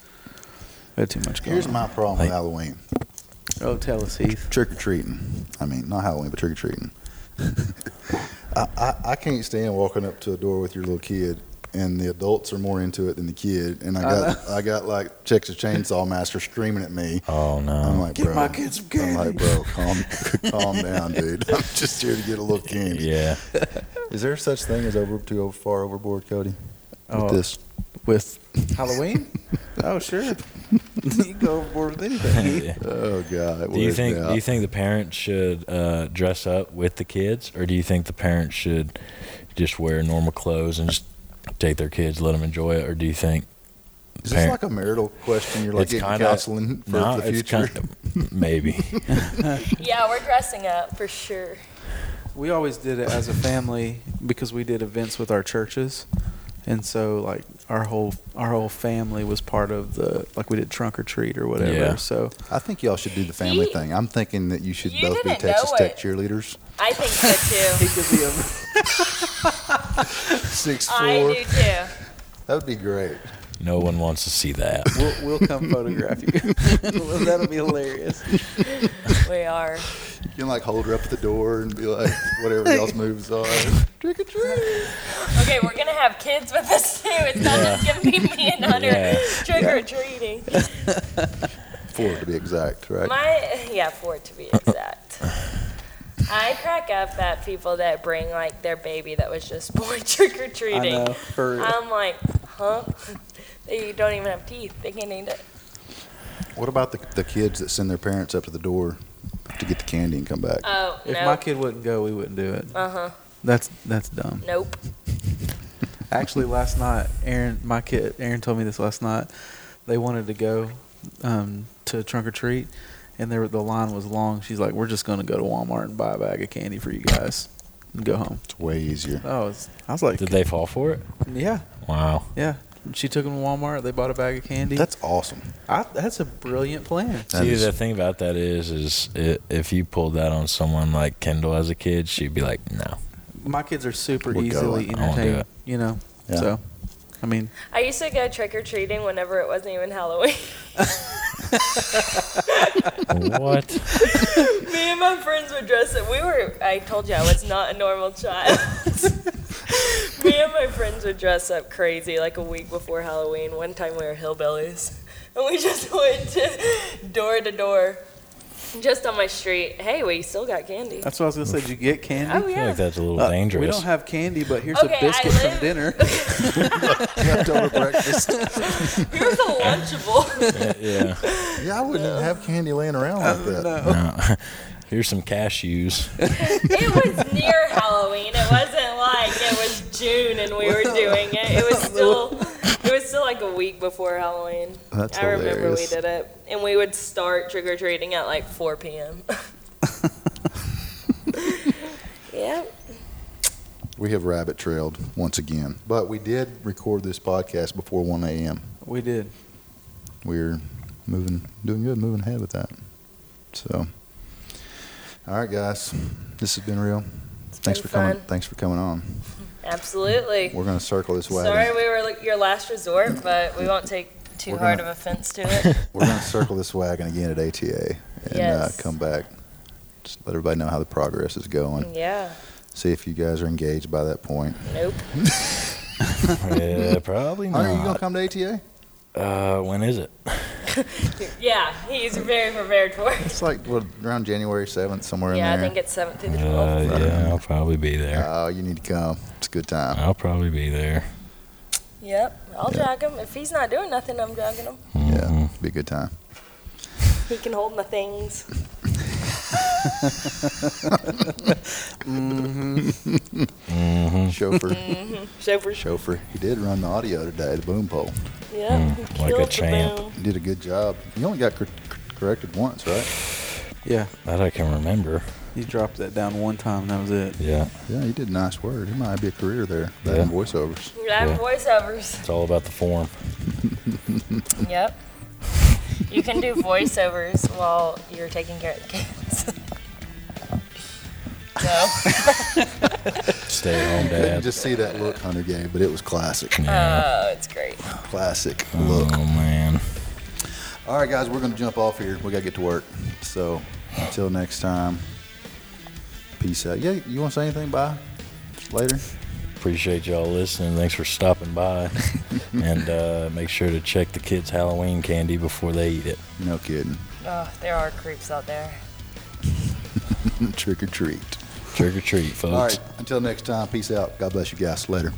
we had too much going. Here's on. my problem Like- with Halloween. oh, tell us, Heath. Trick or treating. I mean, not Halloween, but trick or treating. I, I, I can't stand walking up to a door with your little kid, and the adults are more into it than the kid. And I got I, got like Texas Chainsaw Master screaming at me. oh I'm no. like, Get bro. my kids some I'm like, candy. bro, calm, calm down, dude. I'm just here to get a little candy. Yeah. Is there such thing as over too over, far overboard, Cody? Oh, With this, with Halloween? oh, sure. you can go overboard with anything. Heath. oh god, it Do you wears me think out. do you think the parents should uh, dress up with the kids, or do you think the parents should just wear normal clothes and just take their kids, let them enjoy it, or do you think Is this parent- like a marital question? You're like It's getting kinda- counseling for no? the future. It's kind of, maybe. Yeah, we're dressing up for sure. We always did it as a family because we did events with our churches, and so like our whole our whole family was part of the like we did trunk or treat or whatever. Yeah. So I think y'all should do the family You- thing. I'm thinking that you should you both be didn't know Texas Tech it. cheerleaders. I think so too. could be a Six I do too. That would be great. No one wants to see that. we'll, we'll come photograph you. That'll be hilarious. We are. You can like hold her up at the door and be like, whatever y'all's moves are. Trick or treat. Okay, we're gonna have kids with us too. It's not just gonna be me and Hunter Yeah. trick or treating. Four to be exact, right? My yeah, four to be exact. I crack up at people that bring like their baby that was just born trick or I treating. know. For real. I'm like, huh? They don't even have teeth. They can't eat it. What about the, the kids that send their parents up to the door to get the candy and come back? Oh if no. my kid wouldn't go, we wouldn't do it. uh huh. That's that's dumb. Nope. Actually, last night, Aaron, my kid, Aaron told me this last night. They wanted to go um, to trunk or treat, and there the line was long. She's like, "We're just gonna go to Walmart and buy a bag of candy for you guys and go home." It's way easier. Oh, it's, I was like, Did they fall for it? "Yeah, Wow. yeah." She took them to Walmart. They bought a bag of candy. That's awesome. I, that's a brilliant plan. That See, is- the thing about that is, is i if you pulled that on someone like Kendall as a kid, she'd be like, "No, My kids are super We're easily I won't do entertained. it. You know, Yeah. so I mean, I used to go trick or treating whenever it wasn't even Halloween. what? Me and my friends would dress up. We were, I told you I was not a normal child. Me and my friends would dress up crazy like a week before Halloween. One time we were hillbillies. And we just went to door to door, just on my street. Hey, we still got candy. That's what I was gonna say. Did you get candy? Oh, I feel yeah. like that's a little Uh, dangerous. We don't have candy, but here's Okay, I a biscuit from live- dinner. Leftover breakfast. Here's a Lunchable. yeah. Yeah, I wouldn't have candy laying around like that. No. Here's some cashews. it was near Halloween. It wasn't like it was June and we were doing it. It was still, it was still like a week before Halloween. That's I remember we hilarious. did it, and we would start trick or treating at like 4 p.m. yep. We have rabbit trailed once again, but we did record this podcast before 1 a.m. we did. We're moving, doing good, moving ahead with that. So, all right, guys, this has been real. It's Thanks been for coming. fun. Thanks for coming on. Absolutely. We're gonna circle this wagon. Sorry we were like, your last resort, but we won't take too We're hard gonna- of offense to it. We're gonna circle this wagon again at ATA and Yes. uh, come back. Just let everybody know how the progress is going. yeah. See if you guys are engaged by that point. Nope. yeah, Uh, probably Hunter, you gonna not. come to ATA? Uh, when is it? Yeah, he's very prepared for it. It's like what, around January 7th, somewhere Yeah, in I there. think it's 7th through the 12th. Uh, yeah, I'll probably be there. Oh, you need to come. It's a good time. I'll probably be there. Yep, I'll Yeah. drag him. If he's not doing nothing, I'm dragging him. Yeah, mm-hmm. be a good time. He can hold my things. Mm-hmm. Mm-hmm. Chauffeur, Chauffeur. chauffeur. He did run the audio today, the boom pole. Yep. he like killed Mm, a the champ. boom. He did a good job. He only got cor- cor- corrected once, right? Yeah, That I can remember. you dropped that down one time. and That was it. Yeah, Yeah, he did nice work. He might be a career there. That Yeah. and voiceovers. I have Yeah. voiceovers. it's all about the form. Yep. You can do voiceovers while you're taking care of the kids. so, Stay at home, Couldn't dad. just see that look Hunter gave, but it was classic. oh, it's great. Classic look. Oh man. All right, guys, we're going to jump off here. We got to get to work. So until next time, peace out. Yeah, you want to say anything? Bye. Later. Appreciate y'all listening. Thanks for stopping by. and uh, make sure to check the kids' Halloween candy before they eat it. No kidding. Oh, there are creeps out there. Trick or treat. Trick or treat, folks. All right. Until next time, peace out. God bless you guys. Later.